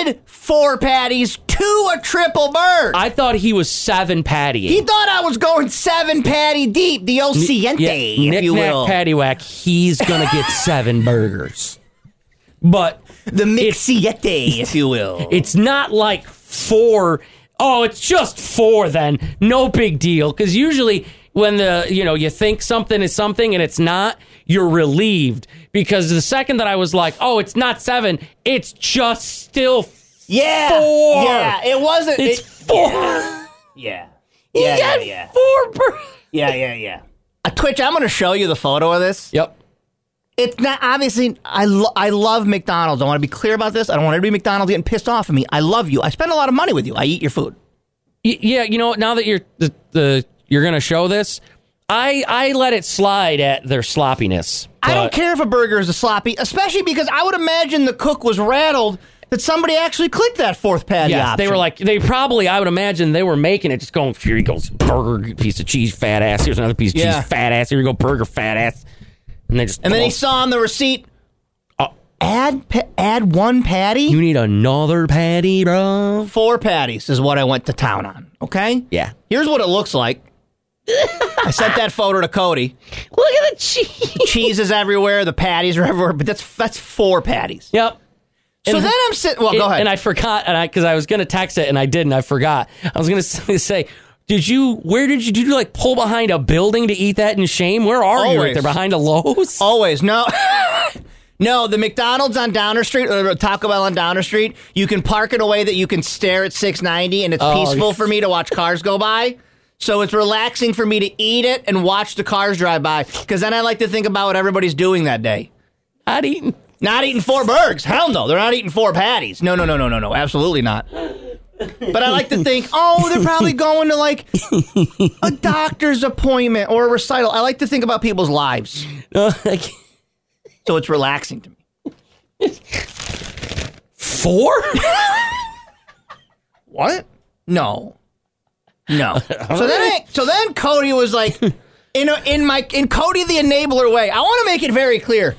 S1: added four patties to a triple bird.
S2: I thought he was seven patty.
S1: he thought I was going seven patty deep, the Occidente, if
S2: Nick
S1: you
S2: Nack
S1: will.
S2: Paddywhack, he's gonna
S1: (laughs)
S2: get seven burgers. But
S1: the Mixiete, if you will.
S2: (laughs) it's not like four oh, it's just four then. No big deal. Cause usually when the you know, you think something is something and it's not, you're relieved. Because the second that I was like, oh, it's not seven, it's just still
S1: yeah.
S2: four.
S1: Yeah, it wasn't.
S2: it's
S1: it-
S2: four.
S1: yeah.
S2: You
S1: Yeah, yeah,
S2: got
S1: yeah.
S2: four burgers.
S1: Yeah, yeah, yeah. Uh, Twitch, I'm going to show you the photo of this.
S2: Yep.
S1: It's not obviously. I lo- I love McDonald's. I want to be clear about this. I don't want everybody at McDonald's getting pissed off at me. I love you. I spend a lot of money with you. I eat your food.
S2: Y- yeah, you know, what, now that you're the, the you're gonna show this, I I let it slide at their sloppiness.
S1: I don't
S2: but-
S1: care if a burger is a sloppy, especially because I would imagine the cook was rattled that somebody actually clicked that fourth patty
S2: Yes,
S1: option.
S2: they were like they probably. I would imagine they were making it, just going. Here he goes, burger piece of cheese, fat ass. Here's another piece of
S1: Yeah.
S2: cheese, fat ass. Here you go, burger, fat ass. And they just
S1: and then he
S2: oh,
S1: saw on the receipt. Add uh, add pa- add one patty?
S2: You need another patty, bro.
S1: Four patties is what I went to town on. Okay.
S2: Yeah.
S1: Here's what it looks like. I sent that photo to Cody.
S2: (laughs) Look at the cheese.
S1: Cheese is everywhere. The patties are everywhere. But that's that's four patties.
S2: Yep.
S1: so
S2: And-
S1: then I'm sitting. Well, Oh, go
S2: And-
S1: ahead.
S2: And I forgot, and I because I was gonna text it, and I didn't. I forgot. I was gonna (laughs) s- say, did you? Where did you? Did you like pull behind a building to eat that in shame? Where are you? Right
S1: Always. Oh.
S2: there behind a Lowe's.
S1: Always. No. (laughs) No, the McDonald's on Downer Street or Taco Bell on Downer Street, you can park in a way that you can stare at 690 and it's
S2: Oh,
S1: peaceful
S2: yeah.
S1: for me to watch cars go by. So it's relaxing for me to eat it and watch the cars drive by because then I like to think about what everybody's doing that day.
S2: Not eating.
S1: Not eating four burgers. Hell no. They're not eating four patties. No, no, no, no, no, no. Absolutely not. But I like to think, oh,
S2: (laughs)
S1: they're probably going to like a doctor's appointment or a recital. I like to think about people's lives.
S2: Uh, I can't-
S1: So it's relaxing to me.
S2: Four?
S1: (laughs) What? No.
S2: (laughs)
S1: No. so then I, so then Cody was like in a, in my in Cody the enabler way. I want to make it very clear.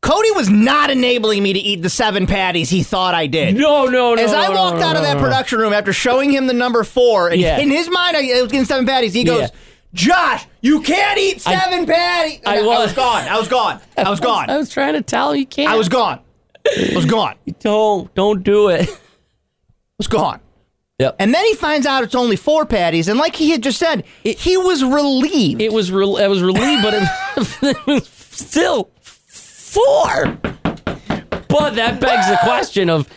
S1: Cody was not enabling me to eat the seven patties he thought I did.
S2: No, no, no.
S1: As I
S2: no,
S1: walked
S2: no,
S1: out of
S2: no,
S1: (laughs) that
S2: no.
S1: production room after showing him the number four, (laughs) and
S2: Yeah.
S1: in his mind, I, I was getting seven patties. He goes,
S2: Yeah.
S1: "Josh, you can't eat
S2: I-
S1: seven patties."
S2: I
S1: And I was
S2: was-
S1: gone. I was gone. I was (laughs)
S2: I
S1: gone.
S2: was trying to tell you can't.
S1: I was gone. I was gone. I
S2: Don't don't do it.
S1: was gone.
S2: Yep.
S1: And then he finds out it's only four patties, and like he had just said, he was relieved.
S2: It was rel I was relieved, but it, it was (laughs) still four. But that begs the question of: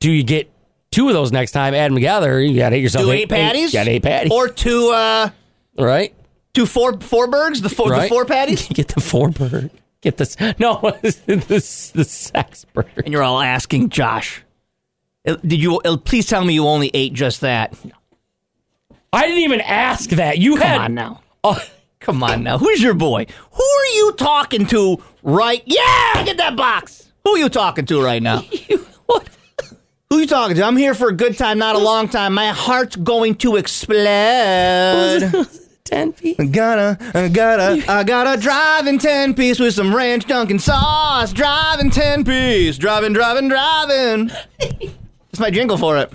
S2: Do you get two of those next time? Add them together. You got to yourself
S1: Do eight patties?
S2: Got eight patties.
S1: Or two, uh,
S2: right?
S1: two four four burgers, the four the
S2: Right.
S1: four patties.
S2: Get the four bird. Get this. No, (laughs) the the sex bird.
S1: (laughs) And you're all asking Josh, "Uh, "Did you? uh, Please tell me you only ate just that."
S2: I didn't even ask that. You
S1: Come
S2: had
S1: on now.
S2: Oh,
S1: Come on now. Who's your boy? Who are you talking to right? Yeah, get that box. Who are you talking to right (laughs) now?
S2: what?
S1: Who are you talking to? I'm here for a good time, not a long time. My heart's going to
S2: Was
S1: explode.
S2: it, was it ten feet?
S1: I gotta, I gotta, I gotta drive in 10 piece with some ranch Dunkin' sauce. Driving 10 piece. Driving, driving, (laughs) driving. That's my jingle for it.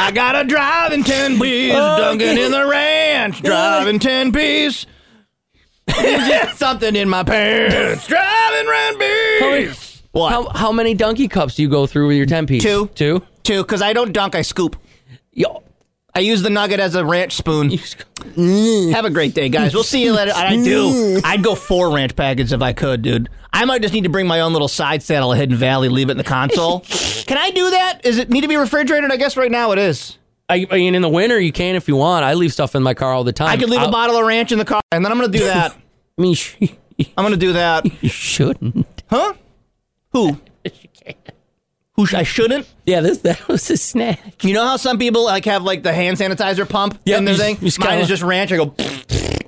S1: I gotta drive in 10 piece. Dunkin' in the ranch. Driving 10 piece. (laughs) Something in my pants. Driving ranch piece. What?
S2: How, how many donkey cups do you go through with your ten piece?
S1: Two.
S2: Two.
S1: Two, because I don't dunk, I scoop.
S2: Yo.
S1: I use the nugget as a ranch spoon. Have a great day, guys. We'll see you later. And I (laughs) do. I'd go four ranch packets if I could, dude. I might just need to bring my own little side saddle at Hidden Valley, leave it in the (laughs) console. Can I do that? Is it need to be refrigerated? I guess right now it is.
S2: I, I mean, in the winter, you can if you want. I leave stuff in my car all the time.
S1: I could leave
S2: I'll-
S1: a bottle of ranch in the car, and then I'm gonna do (laughs) that.
S2: I mean, (laughs) sh-
S1: I'm gonna do that.
S2: you shouldn't. (laughs)
S1: Huh? Who? Who sh- I shouldn't?
S2: Yeah, this that (laughs) was a snack.
S1: You know how some people like have like the hand sanitizer pump
S2: Yeah,
S1: in their
S2: you just-
S1: thing?
S2: you just
S1: Mine
S2: kinda-
S1: is just ranch. I go.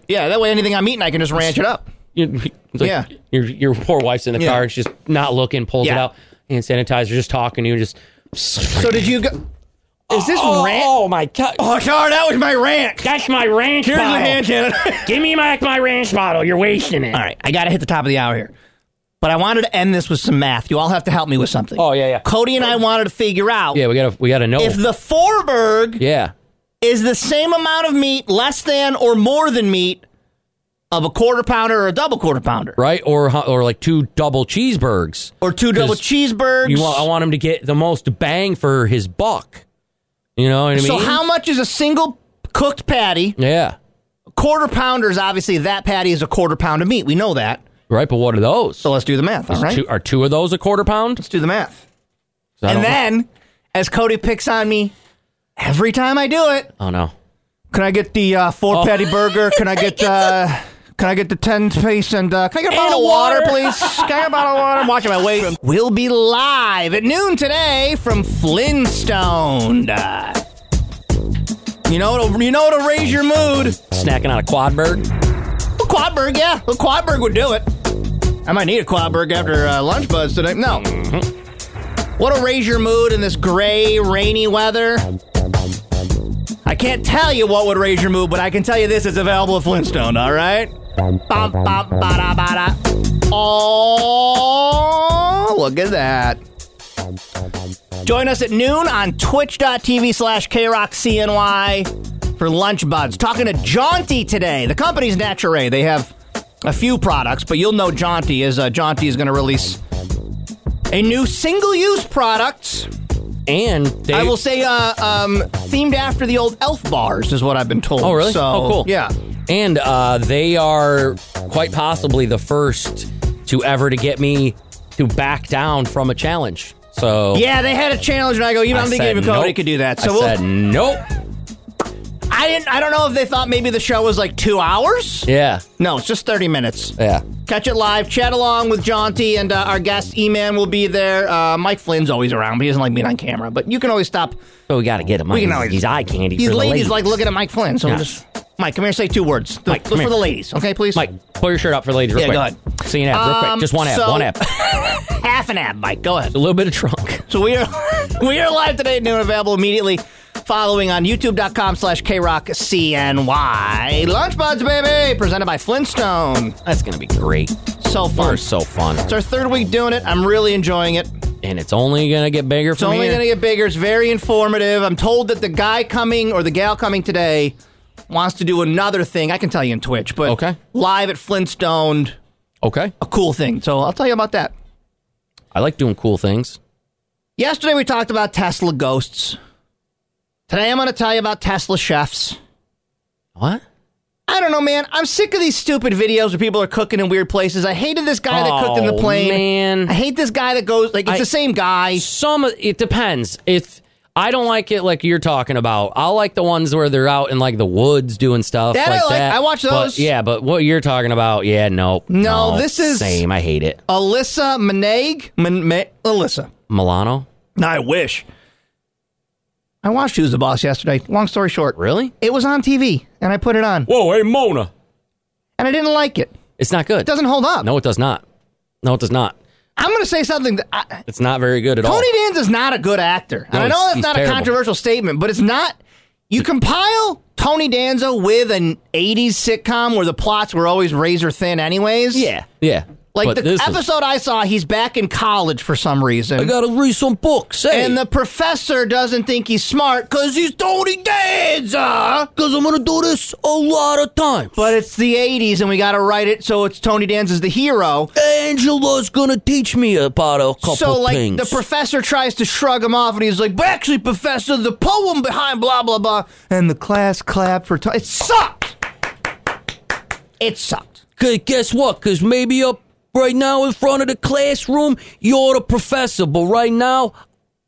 S1: yeah, that way anything I'm eating, I can just ranch it up.
S2: You- it's like
S1: Yeah.
S2: your your poor wife's in the
S1: Yeah.
S2: car and she's not looking, pulls it
S1: Yeah.
S2: out, hand sanitizer, just talking to you, just.
S1: So did you go? Is this
S2: oh,
S1: ranch?
S2: Oh my god,
S1: Oh, sorry, that was my rant.
S2: that's my ranch
S1: Here's
S2: bottle.
S1: my hand sanitizer.
S2: Give me back my ranch bottle. You're wasting it.
S1: (laughs) all right, I got to hit the top of the hour here. But I wanted to end this with some math. You all have to help me with something.
S2: Oh, yeah, yeah.
S1: Cody and I wanted to figure out
S2: Yeah, we gotta we gotta know.
S1: if the Forberg
S2: yeah,
S1: is the same amount of meat, less than or more than meat of a quarter pounder or a double quarter pounder,
S2: right. Or ho- or like two double cheeseburgers.
S1: or two double
S2: 'Cause
S1: cheeseburgers.
S2: You want I want him to get the most bang for his buck. You know what I mean?
S1: so how much is a single cooked patty?
S2: Yeah.
S1: Quarter pounders, obviously, that patty is a quarter pound of meat. We know that.
S2: Right, but what are those?
S1: So let's do the math. All right,
S2: Two, are two of those a quarter pound?
S1: let's do the math.
S2: I
S1: And
S2: don't-
S1: then, as Cody picks on me every time I do it,
S2: oh no,
S1: can I get the uh, four patty burger? Can I (laughs) get uh, can I get the ten piece and uh, can I get a bottle of water,
S2: water.
S1: (laughs) please? Can I get a bottle of water? I'm watching my weight. We'll be live at noon today from Flintstone. Uh, you know, it'll, you know, it'll raise your mood.
S2: snacking on a quad bird.
S1: Well, Quadberg, yeah. Well, Quadberg would do it. I might need a Quadberg after uh, lunch buzz today. No. What'll raise your mood in this gray, rainy weather? I can't tell you what would raise your mood, but I can tell you this is available at Flintstone, all right? Bum, bum, ba-da, ba-da. All Look at that. Join us at noon on twitch.tv slash KRockCNY for Lunch Buds. Talking to Jaunty today. The company's Nature. They have a few products, but you'll know Jaunty is uh, Jaunty is going to release a new single-use product.
S2: And they,
S1: I will say, uh, um, themed after the old Elf bars is what I've been told.
S2: Oh, really?
S1: So,
S2: oh, cool.
S1: Yeah.
S2: And uh, they are quite possibly the first to ever to get me to back down from a challenge. So
S1: Yeah, they had a challenge, and I go, you know, I am
S2: said
S1: thinking even Cody
S2: nope.
S1: could do that.
S2: I
S1: So we'll,
S2: said nope.
S1: I didn't. I don't know if they thought maybe the show was like two hours.
S2: Yeah,
S1: No, it's just thirty minutes.
S2: yeah.
S1: Catch it live. Chat along with Jaunty and uh, our guest E-Man will be there. Uh, Mike Flynn's always around, but he doesn't like being on camera. But you can always stop.
S2: So we got to get him.
S1: We can
S2: He's-
S1: always-
S2: he's eye candy.
S1: These
S2: for the
S1: ladies,
S2: ladies
S1: like looking at Mike Flynn. So
S2: Yeah.
S1: just Mike, come here, say two words. The-
S2: Mike, come
S1: look for
S2: here.
S1: the ladies, okay, please.
S2: Mike, pull your shirt up for the ladies real
S1: Yeah,
S2: quick.
S1: go ahead.
S2: See an ad real
S1: Um,
S2: quick. Just one ad.
S1: so-
S2: one (laughs) ad.
S1: half an ab, Mike. Go ahead.
S2: A little bit of trunk.
S1: So we are (laughs) we are live today at noon, available immediately following on youtube.com slash krockcny. Lunch Buds, baby! Presented by Flintstone.
S2: That's gonna be great.
S1: So fun.
S2: We're so fun,
S1: It's our third week doing it. I'm really enjoying it.
S2: and it's only gonna get bigger
S1: It's
S2: from
S1: only
S2: here.
S1: going to get bigger. It's very informative. I'm told that the guy coming or the gal coming today wants to do another thing. I can tell you in Twitch, but
S2: Okay.
S1: live at Flintstone,
S2: okay,
S1: a cool thing. So I'll tell you about that.
S2: I like doing cool things.
S1: Yesterday we talked about Tesla ghosts. Today I'm going to tell you about Tesla chefs.
S2: What?
S1: I don't know, man. I'm sick of these stupid videos where people are cooking in weird places. I hated this guy that cooked in the
S2: Oh,
S1: plane.
S2: man.
S1: I hate this guy that goes like it's
S2: I-
S1: the same guy.
S2: Some it depends. If I don't like it, like you're talking about, I like the ones where they're out in like the woods doing stuff.
S1: That I
S2: like
S1: like.
S2: that.
S1: I watch
S2: But,
S1: those.
S2: yeah, but what you're talking about, yeah, no,
S1: No, this is-
S2: same. I hate it.
S1: Alyssa Menag, Men- Me- Alyssa.
S2: Milano,
S1: I wish. I watched Who's the Boss yesterday. Long story short,
S2: really?
S1: it was on TV and I put it on
S2: Whoa, hey Mona,
S1: and I didn't like it. It
S2: it's not good.
S1: doesn't hold up.
S2: No, it does not. No, it does not.
S1: I'm going to say something that I,
S2: It's not very good at all.
S1: Tony Danza's not a good actor.
S2: No,
S1: and I
S2: he's-
S1: know that's
S2: he's
S1: not
S2: terrible.
S1: a controversial statement, but it's not. You compile Tony Danza with an 80s sitcom where the plots were always razor thin, anyways.
S2: Yeah, yeah.
S1: Like
S2: But
S1: the
S2: this is-
S1: episode I saw, he's back in college for some reason.
S2: I gotta read some books. Hey.
S1: and the professor doesn't think he's smart because he's Tony Danza.
S2: because I'm gonna do this a lot of times.
S1: But it's the 80s and we got to write it so it's Tony Danza's the hero.
S2: Angela's gonna teach me about a couple
S1: so like
S2: things.
S1: the professor tries to shrug him off and he's like but actually professor the poem behind blah blah blah and the class clapped for t- it sucked it sucked
S2: Cause guess what? Cause maybe up right now in front of the classroom, you're the professor, but right now,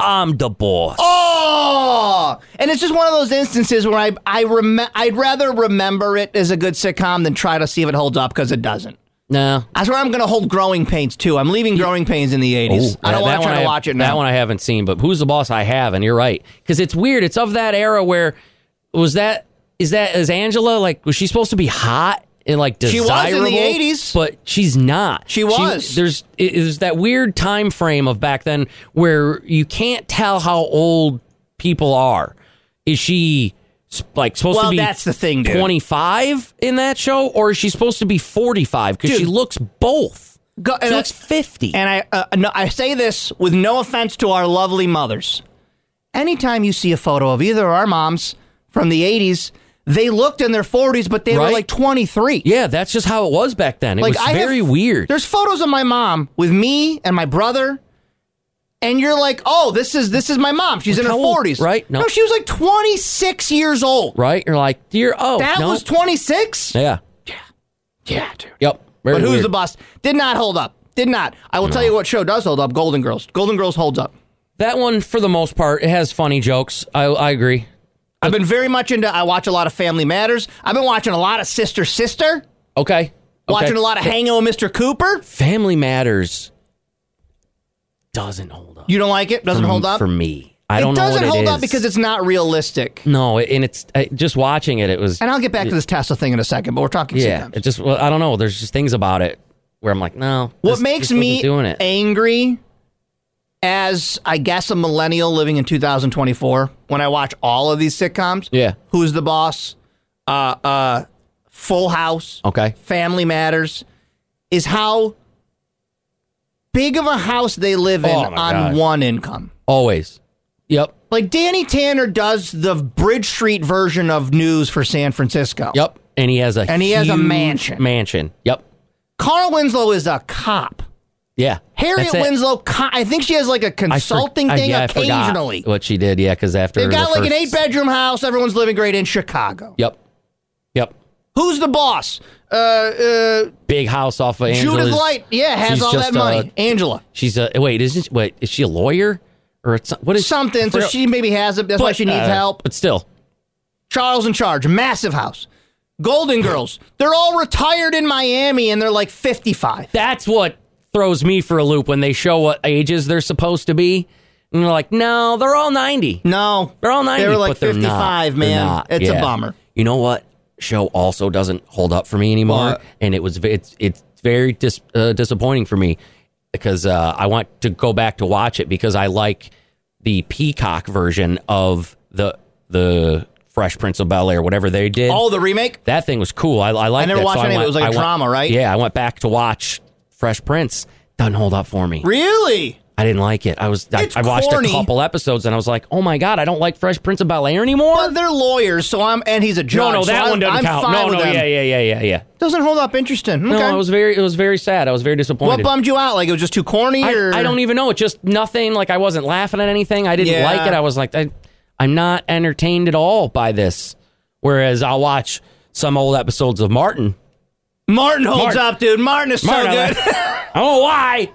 S2: I'm the boss.
S1: oh and it's just one of those instances where i i rem- i'd rather remember it as a good sitcom than try to see if it holds up because it doesn't
S2: No.
S1: that's where i'm gonna hold growing pains too i'm leaving growing pains in the 80s i don't want to try to watch it now
S2: Oh, That one I haven't seen, but who's the boss? I have, and you're right. Because it's weird. It's of that era where was that? Is that is Angela like? Was she supposed to be hot and like
S1: She was in
S2: desirable?
S1: the 80s.
S2: but she's not.
S1: She was.
S2: there's it- there's that weird time frame of back then where you can't tell how old people are. Is she s- like supposed
S1: Well,
S2: to be?
S1: that's the thing, dude.
S2: 25 in that show, or is she supposed to be 45? Because she
S1: Dude.
S2: looks both.
S1: Go- uh, and
S2: she
S1: I-
S2: looks 50.
S1: And I, uh, no, I say this with no offense to our lovely mothers. Anytime you see a photo of either of our moms from the 80s, they looked in their 40s, but they were
S2: Right.
S1: like 23.
S2: Yeah, that's just how it was back then. It
S1: like,
S2: was very
S1: have-
S2: weird.
S1: There's photos of my mom with me and my brother. And you're like, oh, this is this is my mom. She's in her
S2: How old,
S1: 40s,
S2: right? No.
S1: No. she was like 26 years old.
S2: Right? You're like, you're oh
S1: That
S2: no.
S1: was 26.
S2: yeah,
S1: Yeah, dude.
S2: yep. Very
S1: but who's
S2: weird.
S1: the boss? Did not hold up. Did not. I will tell you what show does hold up. Golden Girls. Golden Girls holds up.
S2: That one, for the most part, it has funny jokes. I, I agree.
S1: I've been very much into. I watch a lot of Family Matters. I've been watching a lot of Sister Sister.
S2: Okay, Okay.
S1: Watching a lot of Hanging with Mr. Cooper.
S2: Family Matters doesn't hold up.
S1: You don't like it? Doesn't hold up.
S2: for me. I don't
S1: it
S2: know.
S1: doesn't
S2: what
S1: hold
S2: it
S1: up
S2: is. Mm.
S1: because it's not realistic.
S2: no, it- and it's I, just watching it. It was
S1: And I'll get back to this Tesla thing in a second, but we're talking.
S2: yeah.
S1: sitcoms.
S2: It just well, I don't know. There's just things about it where I'm like, no.
S1: What
S2: this-
S1: makes
S2: this isn't
S1: me
S2: doing it?
S1: angry, as I guess a millennial living in 2024, when I watch all of these sitcoms.
S2: Yeah.
S1: Who's the boss? Uh, uh, Full House.
S2: okay.
S1: Family Matters is how big of a house they live in
S2: Oh,
S1: on
S2: my God.
S1: one income.
S2: Always. Yep.
S1: Like Danny Tanner does the Bridge Street version of news for San Francisco.
S2: Yep. And he has a
S1: And he has a
S2: huge
S1: mansion.
S2: Mansion. Yep.
S1: Carl Winslow is a cop.
S2: Yeah.
S1: Harriet
S2: That's it.
S1: Winslow, co- I think she has like a
S2: I for-
S1: consulting
S2: I-
S1: thing
S2: yeah, I forgot
S1: occasionally.
S2: what she did, yeah, because after
S1: They've got
S2: the
S1: like an
S2: first-
S1: eight bedroom house. Everyone's living great in Chicago.
S2: Yep. Yep.
S1: Who's the boss? Uh, uh,
S2: Big house off of Angela's.
S1: Judith Light. Yeah, has
S2: she's
S1: all
S2: just uh,
S1: that money.
S2: a-
S1: Angela.
S2: She's a wait. Isn't she, wait? Is she a lawyer or it's, what is
S1: Something. So
S2: forgot-
S1: she maybe has it. That's why
S2: but,
S1: she needs
S2: uh,
S1: help.
S2: But still,
S1: Charles in charge. Massive house. Golden Girls. They're all retired in Miami and they're like 55.
S2: that's what throws me for a loop when they show what ages they're supposed to be, and they're like, no, they're all ninety.
S1: No.
S2: They're all 90.
S1: They were like
S2: but they're
S1: 55,
S2: not.
S1: man.
S2: They're not.
S1: It's a
S2: Yeah.
S1: bummer.
S2: You know what? Show also doesn't hold up for me anymore,
S1: What?
S2: and it was ve- it's it's very dis, uh, disappointing for me because uh, I want to go back to watch it because I like the Peacock version of the the Fresh Prince of Bel Air, whatever they did.
S1: Oh, the remake?
S2: that thing was cool. I, I like.
S1: I never
S2: that.
S1: watched
S2: so
S1: any of it. It was like
S2: a
S1: a drama, right?
S2: Yeah, I went back to watch Fresh Prince. Doesn't hold up for me.
S1: Really?
S2: I didn't like it. I was I,
S1: It's
S2: I watched
S1: corny.
S2: a couple episodes and I was like, oh my god, I don't like Fresh Prince of Bel Air anymore.
S1: Well, they're lawyers, so I'm, and he's a
S2: no,
S1: judge.
S2: no,
S1: so
S2: that
S1: I'm-
S2: one doesn't
S1: I'm
S2: count.
S1: fine
S2: No,
S1: with
S2: no,
S1: them.
S2: yeah, yeah, yeah, yeah, yeah.
S1: Doesn't hold up. Interesting. Okay.
S2: No, it was very, it was very sad. I was very disappointed.
S1: what bummed you out? Like it was just too corny?
S2: I,
S1: or
S2: I don't e- even know. It just nothing. Like I wasn't laughing at anything. I didn't
S1: Yeah.
S2: like it. I was like, I, I'm not entertained at all by this. Whereas I'll watch some old episodes of Martin.
S1: Martin holds
S2: Martin.
S1: up, dude. Martin is
S2: Martin,
S1: so
S2: I,
S1: good.
S2: like- I don't know why.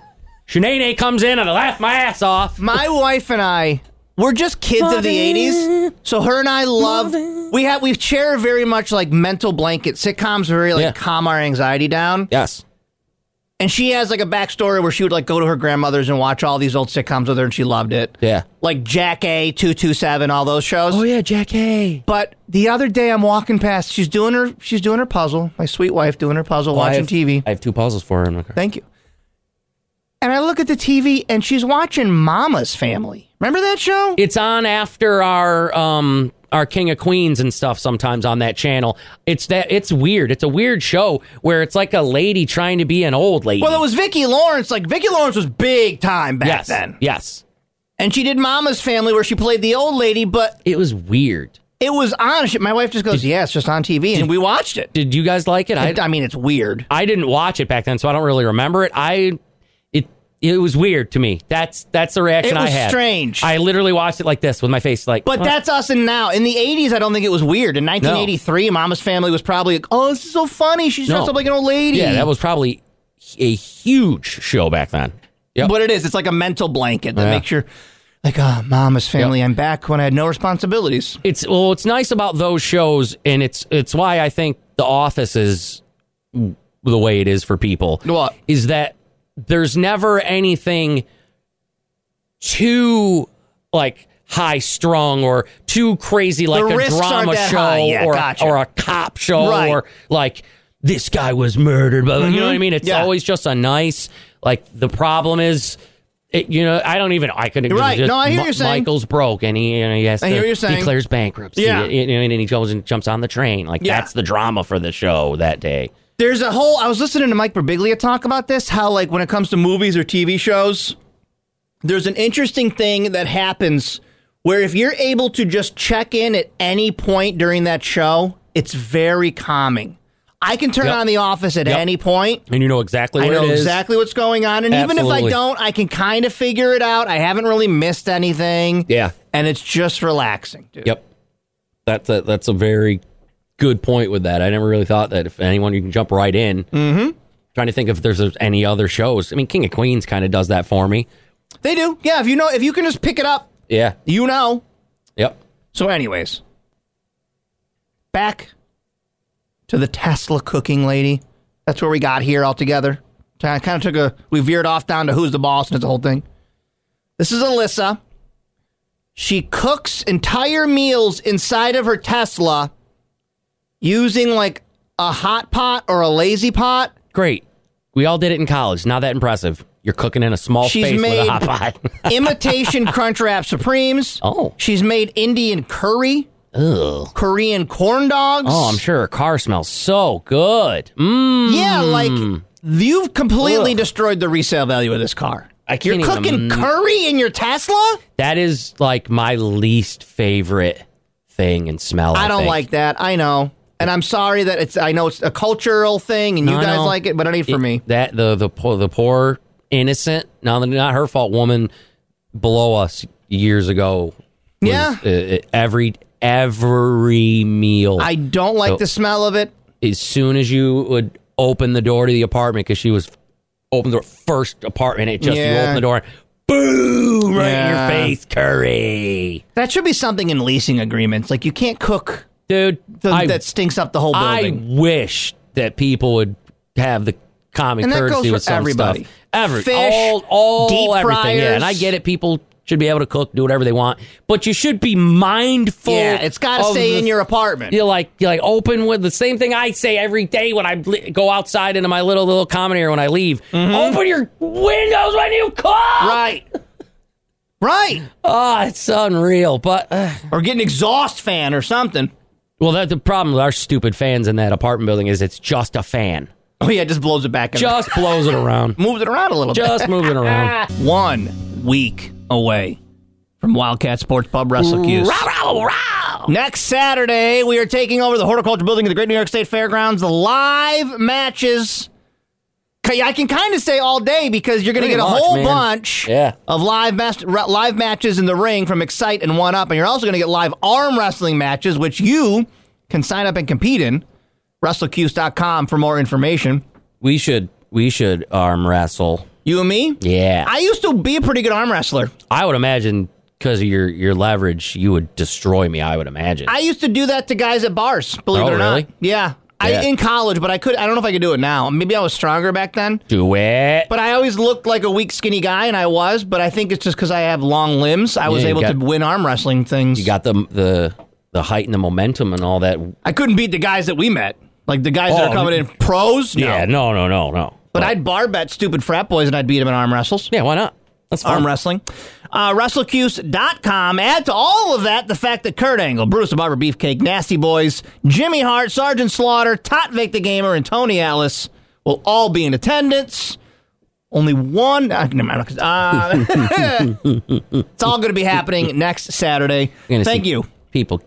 S2: Shanae comes in and I laugh my ass off.
S1: my wife and I we're just kids of the 80s so her and I love we have we share very much like mental blanket sitcoms very like
S2: Yeah.
S1: calm our anxiety down
S2: Yes.
S1: and she has like a backstory where she would like go to her grandmother's and watch all these old sitcoms with her and she loved it
S2: Yeah.
S1: like Jack A 227 all those shows
S2: Oh yeah, Jack A.
S1: but the other day I'm walking past she's doing her she's doing her puzzle my sweet wife doing her puzzle
S2: I
S1: watching
S2: have-
S1: TV
S2: I have two puzzles for her in my car.
S1: Thank you. And I look at the TV and she's watching Mama's Family. Remember that show?
S2: It's on after our um our King of Queens and stuff sometimes on that channel. It's that it's weird. It's a weird show where it's like a lady trying to be an old lady.
S1: Well, it was Vicki Lawrence. Like Vicki Lawrence was big time back
S2: yes.
S1: then,
S2: Yes.
S1: and she did Mama's Family, where she played the old lady. But
S2: It was weird.
S1: it was on. she- My wife just goes, "Yeah, it's just on TV," and we watched it.
S2: Did you guys like it?
S1: I,
S2: I
S1: I mean, it's weird.
S2: I didn't watch it back then, so I don't really remember it. I it it was weird to me. That's that's the reaction
S1: It was
S2: I had.
S1: strange.
S2: I literally watched it like this with my face like
S1: But
S2: "What?"
S1: that's us and now. In the 80s, I don't think it was weird. In 1983, Mama's Family was probably like, oh, this is so funny. She's dressed
S2: No.
S1: up like an old lady.
S2: Yeah, that was probably a huge show back then. Yep.
S1: But it is. It's like a mental blanket that
S2: Yeah.
S1: makes you like, oh, Mama's Family, I'm back when I had no responsibilities.
S2: it's well it's nice about those shows and it's it's why i think the office is the way it is for people
S1: What?
S2: is that there's never anything too like high strung or too crazy like a
S1: risks aren't
S2: drama
S1: that
S2: show
S1: high. Yeah,
S2: or,
S1: gotcha.
S2: or a cop show
S1: Right. Mm-hmm.
S2: or like this guy was murdered but you know what i mean it's
S1: Yeah.
S2: always just a nice like the problem is it, you know, I don't even. I couldn't.
S1: You're right.
S2: just-
S1: No, I hear you saying.
S2: Michael's broke, and he, and he has
S1: I hear
S2: to
S1: you saying.
S2: declares bankruptcy.
S1: Yeah.
S2: You know, and then he goes and jumps on the train. Like
S1: Yeah.
S2: that's the drama for the show that day.
S1: There's a whole. I was listening to Mike Birbiglia talk about this. How like when it comes to movies or TV shows, there's an interesting thing that happens where if you're able to just check in at any point during that show, it's very calming. I can turn
S2: Yep.
S1: on The Office at
S2: Yep.
S1: any point.
S2: And you know exactly
S1: I
S2: what
S1: know
S2: it is.
S1: exactly what's going on, and even if I
S2: Absolutely.
S1: don't, I can kind of figure it out. I haven't really missed anything.
S2: Yeah.
S1: and it's just relaxing, dude.
S2: Yep. That's a that's a very good point with that. I never really thought that if anyone you can jump right in. Mm-hmm. Trying to think if there's any other shows. I mean, King of Queens kind of does that for me.
S1: They do. Yeah, if you know, if you can just pick it up,
S2: Yeah.
S1: you know.
S2: Yep.
S1: So, anyways, back to the Tesla cooking lady. That's where we got here altogether. I kind of took a, we veered off down to who's the boss and it's the whole thing. This is Alyssa. She cooks entire meals inside of her Tesla using like a hot pot or a lazy pot.
S2: Great. We all did it in college. Not that impressive. You're cooking in a small
S1: She's
S2: space with
S1: made-
S2: a hot pot.
S1: Imitation Crunch Wrap Supremes.
S2: (laughs) Oh.
S1: She's made Indian curry,
S2: Ugh.
S1: Korean corn dogs.
S2: Oh, I'm sure her car smells so good. Mm.
S1: Yeah, like You've completely destroyed the resale value of this car.
S2: I can't
S1: You're
S2: even
S1: cooking
S2: im-
S1: curry in your Tesla?
S2: That is like my least favorite thing and smell. I,
S1: I don't
S2: think.
S1: like that. I know. And I'm sorry that it's I know it's a cultural thing and
S2: No,
S1: you
S2: I
S1: guys
S2: know.
S1: like it, but it ain't for
S2: It-
S1: me.
S2: That the the poor, the poor innocent, not not her fault, woman below us years ago. was,
S1: Yeah.
S2: uh, uh, every every meal.
S1: I don't like
S2: So-
S1: the smell of it.
S2: as soon as you would open the door to the apartment because she was open the door, first apartment. It just you
S1: Yeah.
S2: open the door, boom, right
S1: Yeah.
S2: in your face, curry,
S1: That should be something in leasing agreements. Like you can't cook
S2: dude.
S1: the,
S2: I,
S1: that stinks up the whole
S2: I
S1: building.
S2: wish that people would have the common
S1: And that
S2: courtesy
S1: goes for
S2: with some
S1: everybody.
S2: stuff. Every
S1: Fish,
S2: all, all
S1: deep
S2: everything. Yeah, and I
S1: fryers.
S2: get it. People should be able to cook, do whatever they want, but you should be mindful.
S1: yeah, it's got to
S2: of
S1: stay
S2: the
S1: in your apartment.
S2: you like you like open with the same thing I say every day when I li- go outside into my little little common area when I leave. Open your windows when you cook.
S1: Mm-hmm. Right. Right.
S2: Oh, it's unreal. But uh,
S1: Or get an exhaust fan or something.
S2: well, that's the problem with our stupid fans in that apartment building is it's just a fan,
S1: Oh yeah, it just blows it back and
S2: just blows it around,
S1: moves it around a little bit.
S2: just moving around.
S1: (laughs) One week away from Wildcat Sports Pub Wrestle Cuse.
S2: Row, row, row.
S1: Next Saturday, we are taking over the horticulture building at the Great New York State Fairgrounds. The live matches. K- I can kind of say all day because you're going to
S2: Pretty
S1: get a
S2: much,
S1: whole
S2: man.
S1: bunch
S2: Yeah.
S1: of live mas- re- live matches in the ring from Excite and One Up, and you're also going to get live arm wrestling matches, which you can sign up and compete in. WrestleCuse.com for more information.
S2: (laughs) We should we should arm wrestle.
S1: You and me.
S2: Yeah,
S1: I used to be a pretty good arm wrestler.
S2: I would imagine because of your your leverage, you would destroy me. I would imagine.
S1: I used to do that to guys at bars, believe
S2: Oh,
S1: it or
S2: really?
S1: not. Yeah.
S2: Yeah.
S1: I, in college, but I could. I don't know if I could do it now. Maybe I was stronger back then.
S2: do it.
S1: But I always looked like a weak, skinny guy, and I was. But I think it's just because I have long limbs. I was
S2: you
S1: able
S2: got-
S1: to win arm wrestling things.
S2: you got the the the height and the momentum and all that.
S1: I couldn't beat the guys that we met, like the guys that
S2: Oh,
S1: are coming in pros. No.
S2: Yeah, no, no, no, no.
S1: But I'd bar bet stupid frat boys, and I'd beat them in arm wrestles.
S2: yeah, why not? That's fine.
S1: Arm wrestling. Uh, WrestleCuse.com. Add to all of that the fact that Kurt Angle, Brutus the Barber Beefcake, Nasty Boys, Jimmy Hart, Sergeant Slaughter, Totvik the Gamer, and Tony Alice will all be in attendance. Only one. Uh, never mind. Uh, (laughs) it's all going to be happening next Saturday.
S2: You're gonna
S1: Thank
S2: see
S1: you.
S2: People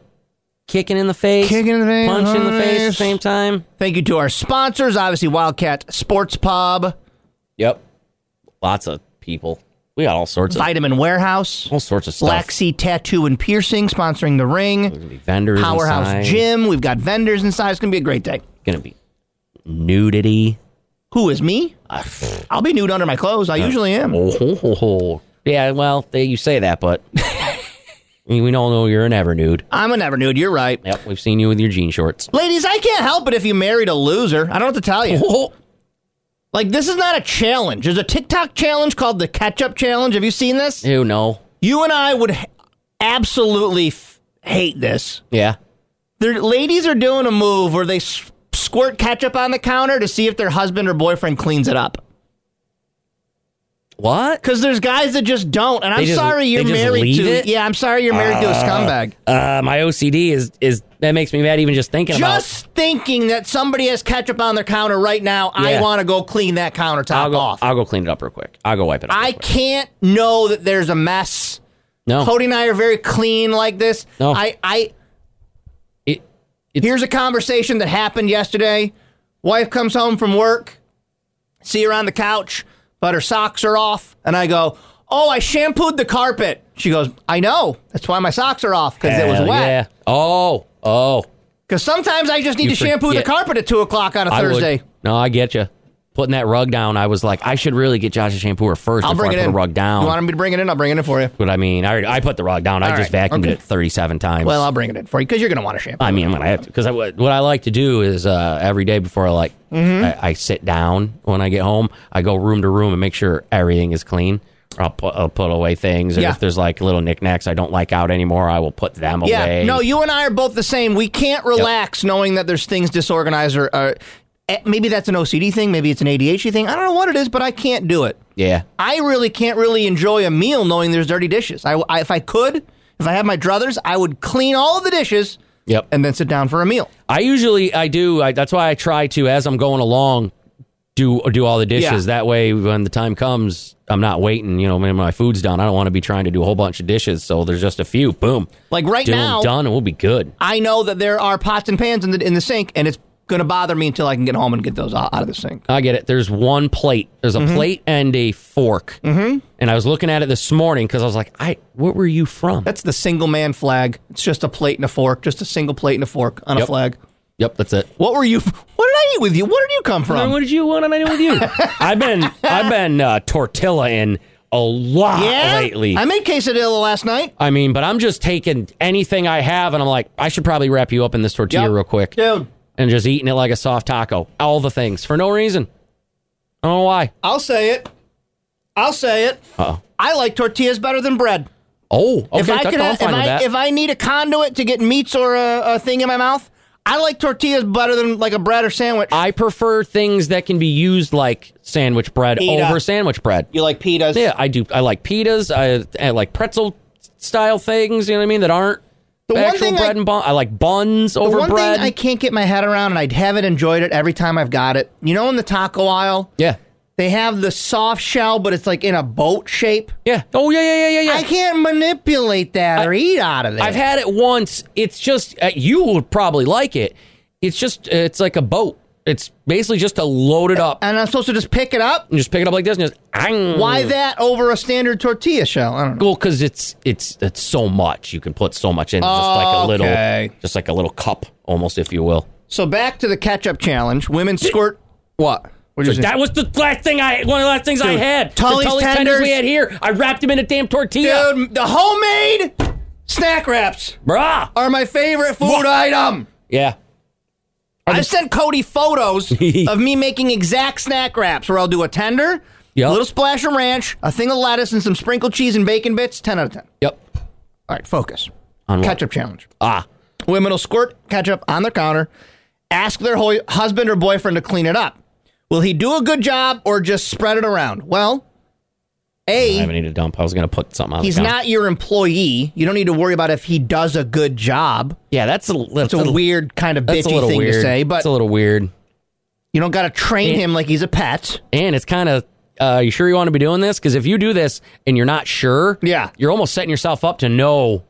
S2: kicking in the face,
S1: Kicking in the face,
S2: punch in the
S1: punch.
S2: face at the same time.
S1: Thank you to our sponsors, obviously Wildcat Sports Pub,
S2: Yep, lots of people. We got all sorts of
S1: Vitamin Warehouse,
S2: all sorts of stuff.
S1: Laxi Tattoo and Piercing sponsoring the ring,
S2: vendors,
S1: Powerhouse
S2: inside.
S1: Gym. We've got vendors inside. It's going to be a great day.
S2: Gonna be nudity.
S1: Who is me?
S2: Ah, pff.
S1: I'll be nude under my clothes. I usually am.
S2: Oh, ho, ho, ho. yeah. Well, they, you say that,
S1: (laughs)
S2: but I mean, we all know you're an ever nude.
S1: I'm a never nude. You're right.
S2: Yep, we've seen you with your jean
S1: (laughs)
S2: shorts.
S1: Ladies, I can't help it if you married a loser. I don't have to tell
S2: (laughs)
S1: you.
S2: Oh,
S1: Like, this is not a challenge. There's a TikTok challenge called the Catch Up Challenge. Have you seen this?
S2: ew, no.
S1: You and I would h- absolutely f- hate this.
S2: Yeah.
S1: Their ladies are doing a move where they s- squirt ketchup on the counter to see if their husband or boyfriend cleans it up.
S2: What?
S1: Because there's guys that just don't. And I'm
S2: They just-
S1: sorry you're
S2: they just
S1: married
S2: leave
S1: to.
S2: it?
S1: Yeah, I'm sorry you're married to a scumbag.
S2: Uh, my OCD is is that makes me mad even just thinking
S1: Just thinking that somebody has ketchup on their counter right now,
S2: Yeah.
S1: I want to go clean that countertop
S2: about. I'll go.
S1: off.
S2: I'll go clean it up real quick. I'll go wipe it. Up
S1: I
S2: real quick.
S1: can't know that there's a mess.
S2: no.
S1: Cody and I are very clean like this.
S2: Oh. No.
S1: I, I
S2: It- it's-
S1: here's a conversation that happened yesterday. Wife comes home from work, see her on the couch, but her socks are off, and I go, "Oh, I shampooed the carpet." She goes, "I know. That's why my socks are off because it was
S2: Hell
S1: wet."
S2: Yeah. Oh. Oh.
S1: Because sometimes I just need
S2: You
S1: to shampoo
S2: forget.
S1: the carpet at two o'clock on a
S2: I would-
S1: Thursday.
S2: No, I get you. Putting that rug down, I was like, I should really get Josh a shampooer 1st
S1: I'll
S2: before
S1: bring
S2: I
S1: it
S2: put
S1: in.
S2: the rug down.
S1: You want me to bring it in? I'll bring it in for you.
S2: but I mean, I, already- I put the rug down. I
S1: All
S2: just
S1: right.
S2: vacuumed
S1: Okay.
S2: it 37 times.
S1: Well, I'll bring it in for you because you're going to want to shampoo.
S2: I mean, I'm gonna have to because I, what what I like to do is uh, every day before I like
S1: Mm-hmm.
S2: I, I sit down when I get home, I go room to room and make sure everything is clean. Or I'll put I'll put away things, and
S1: Yeah.
S2: if there's like little knickknacks I don't like out anymore, I will put them
S1: Yeah.
S2: away.
S1: No, you and I are both the same. We can't relax knowing that there's things disorganized or. or eh, Maybe that's an OCD thing. Maybe it's an ADHD thing. I don't know what it is, but I can't do it.
S2: yeah,
S1: I really can't really enjoy a meal knowing there's dirty dishes. I, I- if I could, if I had my druthers, I would clean all of the dishes
S2: yep.
S1: and then sit down for a meal.
S2: I usually I do. I, that's why I try to as I'm going along do do all the dishes. That way, when the time comes, I'm not waiting. You know, when my food's done, I don't want to be trying to do a whole bunch of dishes. So there's just a few. Boom.
S1: Like right
S2: do 'em
S1: now-
S2: done, and we'll be good.
S1: I know that there are pots and pans in the in the sink, and it's going to bother me until I can get home and get those out out of the sink.
S2: I get it. There's one plate. There's a plate and a fork. Mm-hmm. And I was looking at it this morning because I was like, "I, where were you from?"
S1: That's the single man flag. It's just a plate and a fork, just a single plate and a fork on a
S2: Yep.
S1: flag.
S2: yep, that's it.
S1: What were you? What did I eat with you? Where did you come from?
S2: did you? What did I do with you? (laughs) I've been I've been uh, tortilla in a lot
S1: yeah,
S2: lately.
S1: I made quesadilla last night.
S2: I mean, but I'm just taking anything I have, and I'm like, I should probably wrap you up in this tortilla
S1: Yep.
S2: real quick,
S1: dude.
S2: and just eating it like a soft taco. All the things for no reason. I don't know why.
S1: I'll say it. I'll say it.
S2: Uh-oh.
S1: I like tortillas better than bread.
S2: Oh, okay.
S1: if I
S2: that-
S1: could,
S2: I'm
S1: have, if
S2: fine with
S1: I
S2: that.
S1: if I need a conduit to get meats or a, a thing in my mouth, I like tortillas better than like a bread or sandwich.
S2: I prefer things that can be used like sandwich bread
S1: Pita.
S2: over sandwich bread.
S1: you like pitas?
S2: Yeah, I do. I like pitas. I, I like pretzel style things. You know what I mean? That aren't
S1: The one
S2: actual
S1: thing
S2: bread
S1: I-
S2: and bun. I like buns
S1: The
S2: over
S1: one
S2: bread.
S1: thing I can't get my head around, and I haven't enjoyed it every time I've got it. You know, in the taco aisle,
S2: yeah,
S1: they have the soft shell, but it's like in a boat shape.
S2: yeah. Oh yeah, yeah, yeah, yeah, yeah.
S1: I can't manipulate that or eat out of it.
S2: I've had it once. It's just uh, you would probably like it. It's just uh, it's like a boat. It's basically just to load it up
S1: and I'm supposed to just pick it up.
S2: and just pick it up like this and just. Ang.
S1: Uh, Why that over a standard tortilla shell? I don't know.
S2: Well, because it's it's it's so much. You can put so much in, just like a
S1: Oh, Okay.
S2: little, just like a little cup, almost, if you will.
S1: So back to the ketchup challenge. Women squirt what? What
S2: So that was the last thing I one of the last things I
S1: Dude,
S2: had. the
S1: Tully's
S2: Tully's tenders.
S1: tenders.
S2: we had here. I wrapped him in a damn tortilla.
S1: Dude, the homemade snack wraps
S2: Bruh.
S1: are my favorite food
S2: What?
S1: item.
S2: Yeah.
S1: I sent
S2: (laughs)
S1: Cody photos of me making exact snack wraps where I'll do a tender,
S2: Yep.
S1: a little splash of ranch, a thing of lettuce, and some sprinkled cheese and bacon bits. 10 out of 10.
S2: Yep.
S1: All right, focus.
S2: On what?
S1: Ketchup challenge.
S2: Ah.
S1: Women will squirt ketchup on their counter, ask their ho- husband or boyfriend to clean it up. Will he do a good job or just spread it around? Well,
S2: I
S1: A,
S2: haven't eaten a dump. I was gonna put something on. the
S1: he's
S2: counter.
S1: not your employee. You don't need to worry about if he does a good job.
S2: Yeah, that's a that's
S1: It's a weird kind of
S2: that's a
S1: bitchy
S2: little
S1: thing
S2: weird.
S1: to say, but
S2: it's a little weird.
S1: you don't got to train him like he's a pet.
S2: And it's kind of. Uh, you sure you want to be doing this? Because if you do this and you're not sure,
S1: Yeah.
S2: you're almost setting yourself up to know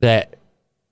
S2: that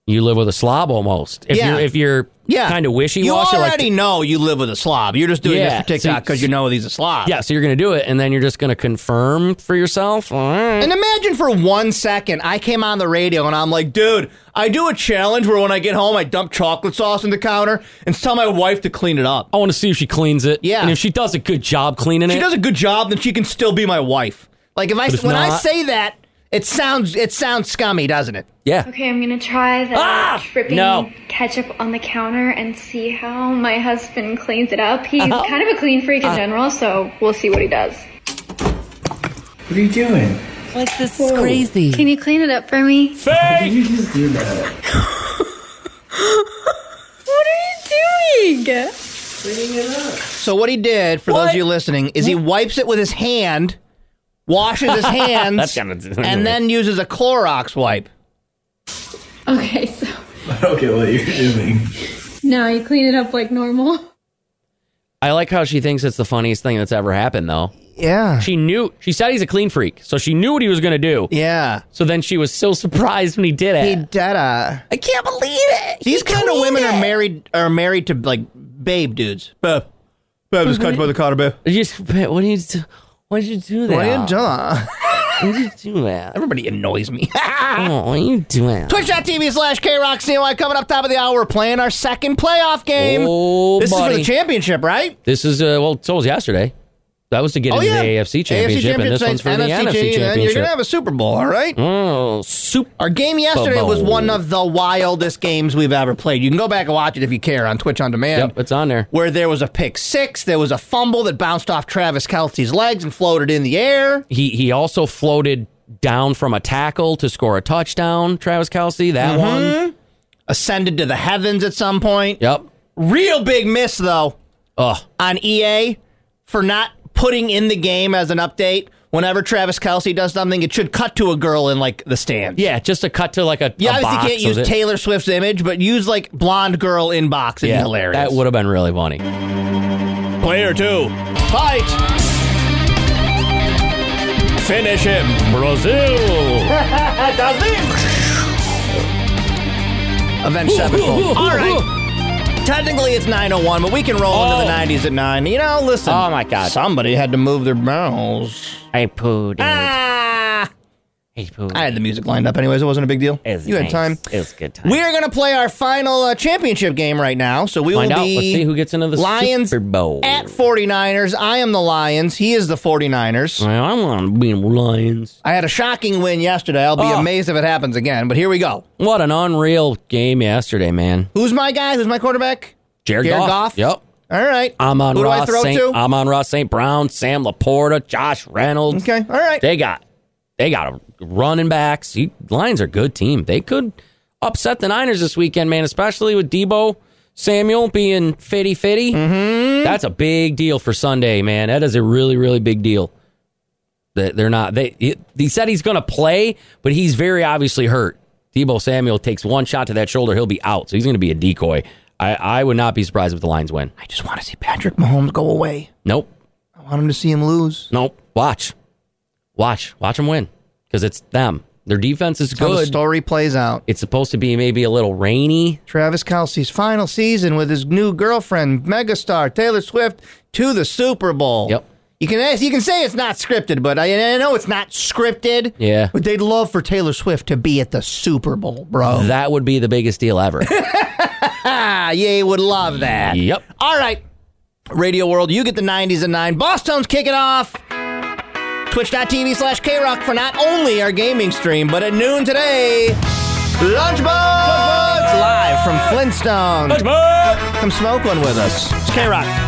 S2: you live with a slob almost. If
S1: Yeah.
S2: you're if you're
S1: Yeah,
S2: kind of wishy
S1: You
S2: washy, like
S1: already know you live with a slob. You're just doing
S2: Yeah,
S1: this for TikTok
S2: so-
S1: because you know he's a slob.
S2: Yeah, so you're gonna do it, and then you're just gonna confirm for yourself. All right.
S1: And imagine for one second, I came on the radio and I'm like, dude, I do a challenge where when I get home, I dump chocolate sauce on the counter and tell my wife to clean it up.
S2: I want to see if she cleans it.
S1: Yeah.
S2: and if she does a good job cleaning
S1: If she
S2: it,
S1: does a good job, then she can still be my wife. Like if I
S2: But if
S1: when I
S2: not-
S1: say that, it sounds it sounds scummy, doesn't it?
S2: yeah.
S6: Okay, I'm gonna try the
S2: Ah!
S6: dripping
S2: No.
S6: ketchup on the counter and see how my husband cleans it up. He's
S7: Oh.
S6: kind of a clean freak
S7: Uh.
S6: in general, so we'll see what he does.
S8: What are you doing?
S9: Like this is crazy.
S6: Can you clean it up for me?
S8: Did you just do that?
S6: What are you doing?
S8: Cleaning it up.
S1: So what he did for those of you listening is he wipes it with his hand, washes
S2: (laughs)
S1: his hands,
S2: That's kinda-
S1: and then uses a Clorox wipe.
S6: Okay, so
S8: (laughs) Okay, what you're doing.
S6: now you clean it up like normal.
S2: I like how she thinks it's the funniest thing that's ever happened, though.
S1: Yeah,
S2: She knew she said he's a clean freak, so she knew what he was gonna do.
S1: yeah.
S2: So then she was so surprised when he did it.
S1: He did a.
S2: I can't believe it.
S1: These kind of women are married are married to like babe dudes. Babe, babe, just
S2: Mhm.
S1: catch by the collar, babe.
S2: You Just what did you do? Why did you do that?
S1: What are you doing?
S2: Why did you do that?
S1: Everybody annoys (laughs) me.
S2: Oh, what are you doing?
S1: Twitch.tv slash KRockCNY coming up top of the hour. We're playing our second playoff game.
S2: Oh,
S1: this is for
S2: buddy.
S1: the championship, right?
S2: This is uh, well, so was yesterday. That was to get
S1: Oh,
S2: into
S1: yeah.
S2: the AFC championship, and this one's for the
S1: championship,
S2: NFC
S1: and then You're
S2: championship.
S1: going to have a Super Bowl, all right?
S2: oh, super.
S1: Our game yesterday was
S2: Bowl.
S1: one of the wildest games we've ever played. You can go back and watch it if you care on Twitch On Demand.
S2: Yep, it's on there.
S1: where there was a pick six, there was a fumble that bounced off Travis Kelsey's legs and floated in the air.
S2: He he also floated down from a tackle to score a touchdown. Travis Kelsey, that
S1: Mm-hmm.
S2: one.
S1: ascended to the heavens at some point.
S2: Yep.
S1: Real big miss though
S2: Oh,
S1: on EA for not putting in the game as an update. Whenever Travis Kelsey does something, it should cut to a girl in like the stands.
S2: yeah. Just a cut to like a
S1: You
S2: a
S1: obviously
S2: box
S1: can't use
S2: of it.
S1: Taylor Swift's image, but use like blonde girl in box. It'd be hilarious.
S2: That would have been really funny.
S10: Player two. Fight! Finish him, Brazil!
S1: Avenged
S2: (laughs)
S1: Sevenfold. All right. Technically, it's 901, but we can roll
S2: Oh.
S1: into the 90s at 9. You know, listen. Oh, my God. Somebody had to move their mouths. I pooed. Ah! I had the music lined up anyways. It wasn't a big deal. you had time.
S2: It's good time.
S1: We are going to play our final uh, championship game right now. So we
S2: Find
S1: will
S2: out.
S1: be
S2: Let's see who gets into the
S1: Lions
S2: Super Bowl.
S1: at 49ers. I am the Lions. He is the 49ers.
S2: I want to be in Lions.
S1: I had a shocking win yesterday. I'll be
S2: Oh.
S1: amazed if it happens again, but here we go.
S2: What an unreal game yesterday, man.
S1: Who's my guy? Who's my quarterback?
S2: Jared,
S1: Jared
S2: Goff.
S1: Goff? Yep. All right.
S2: I'm on
S1: Who do I
S2: Ross
S1: throw
S2: Saint,
S1: to?
S2: I'm on Ross St. Brown, Sam Laporta, Josh Reynolds.
S1: Okay. All right.
S2: They got they got a running backs. You, Lions are a good team. They could upset the Niners this weekend, man, especially with Debo Samuel being fitty fitty. Mm-hmm. That's a big deal for Sunday, man. That is a really, really big deal. That they're not they he- he said he's gonna play, but he's very obviously hurt. Debo Samuel takes one shot to that shoulder, he'll be out. So he's gonna be a decoy. I, I would not be surprised if the Lions win.
S1: I just want to see Patrick Mahomes go away.
S2: Nope.
S1: I want him to see him lose.
S2: Nope. Watch. Watch. Watch them win because it's them. Their defense is
S1: How the
S2: good.
S1: story plays out.
S2: It's supposed to be maybe a little rainy.
S1: Travis Kelsey's final season with his new girlfriend, megastar Taylor Swift, to the Super Bowl. Yep. You can ask, you can say it's not scripted, but I, I know it's not scripted.
S2: Yeah.
S1: But they'd love for Taylor Swift to be at the Super Bowl, bro.
S2: That would be the biggest deal ever.
S1: Ah, yay, would love that.
S2: Yep.
S1: All right. Radio World, you get the 90s and 9. Boss Tones kick it off. Twitch.tv slash Krock for not only our gaming stream, but at noon today, Lunchbox live from Flintstone. Lunchbox! Come smoke one with us. It's K Rock.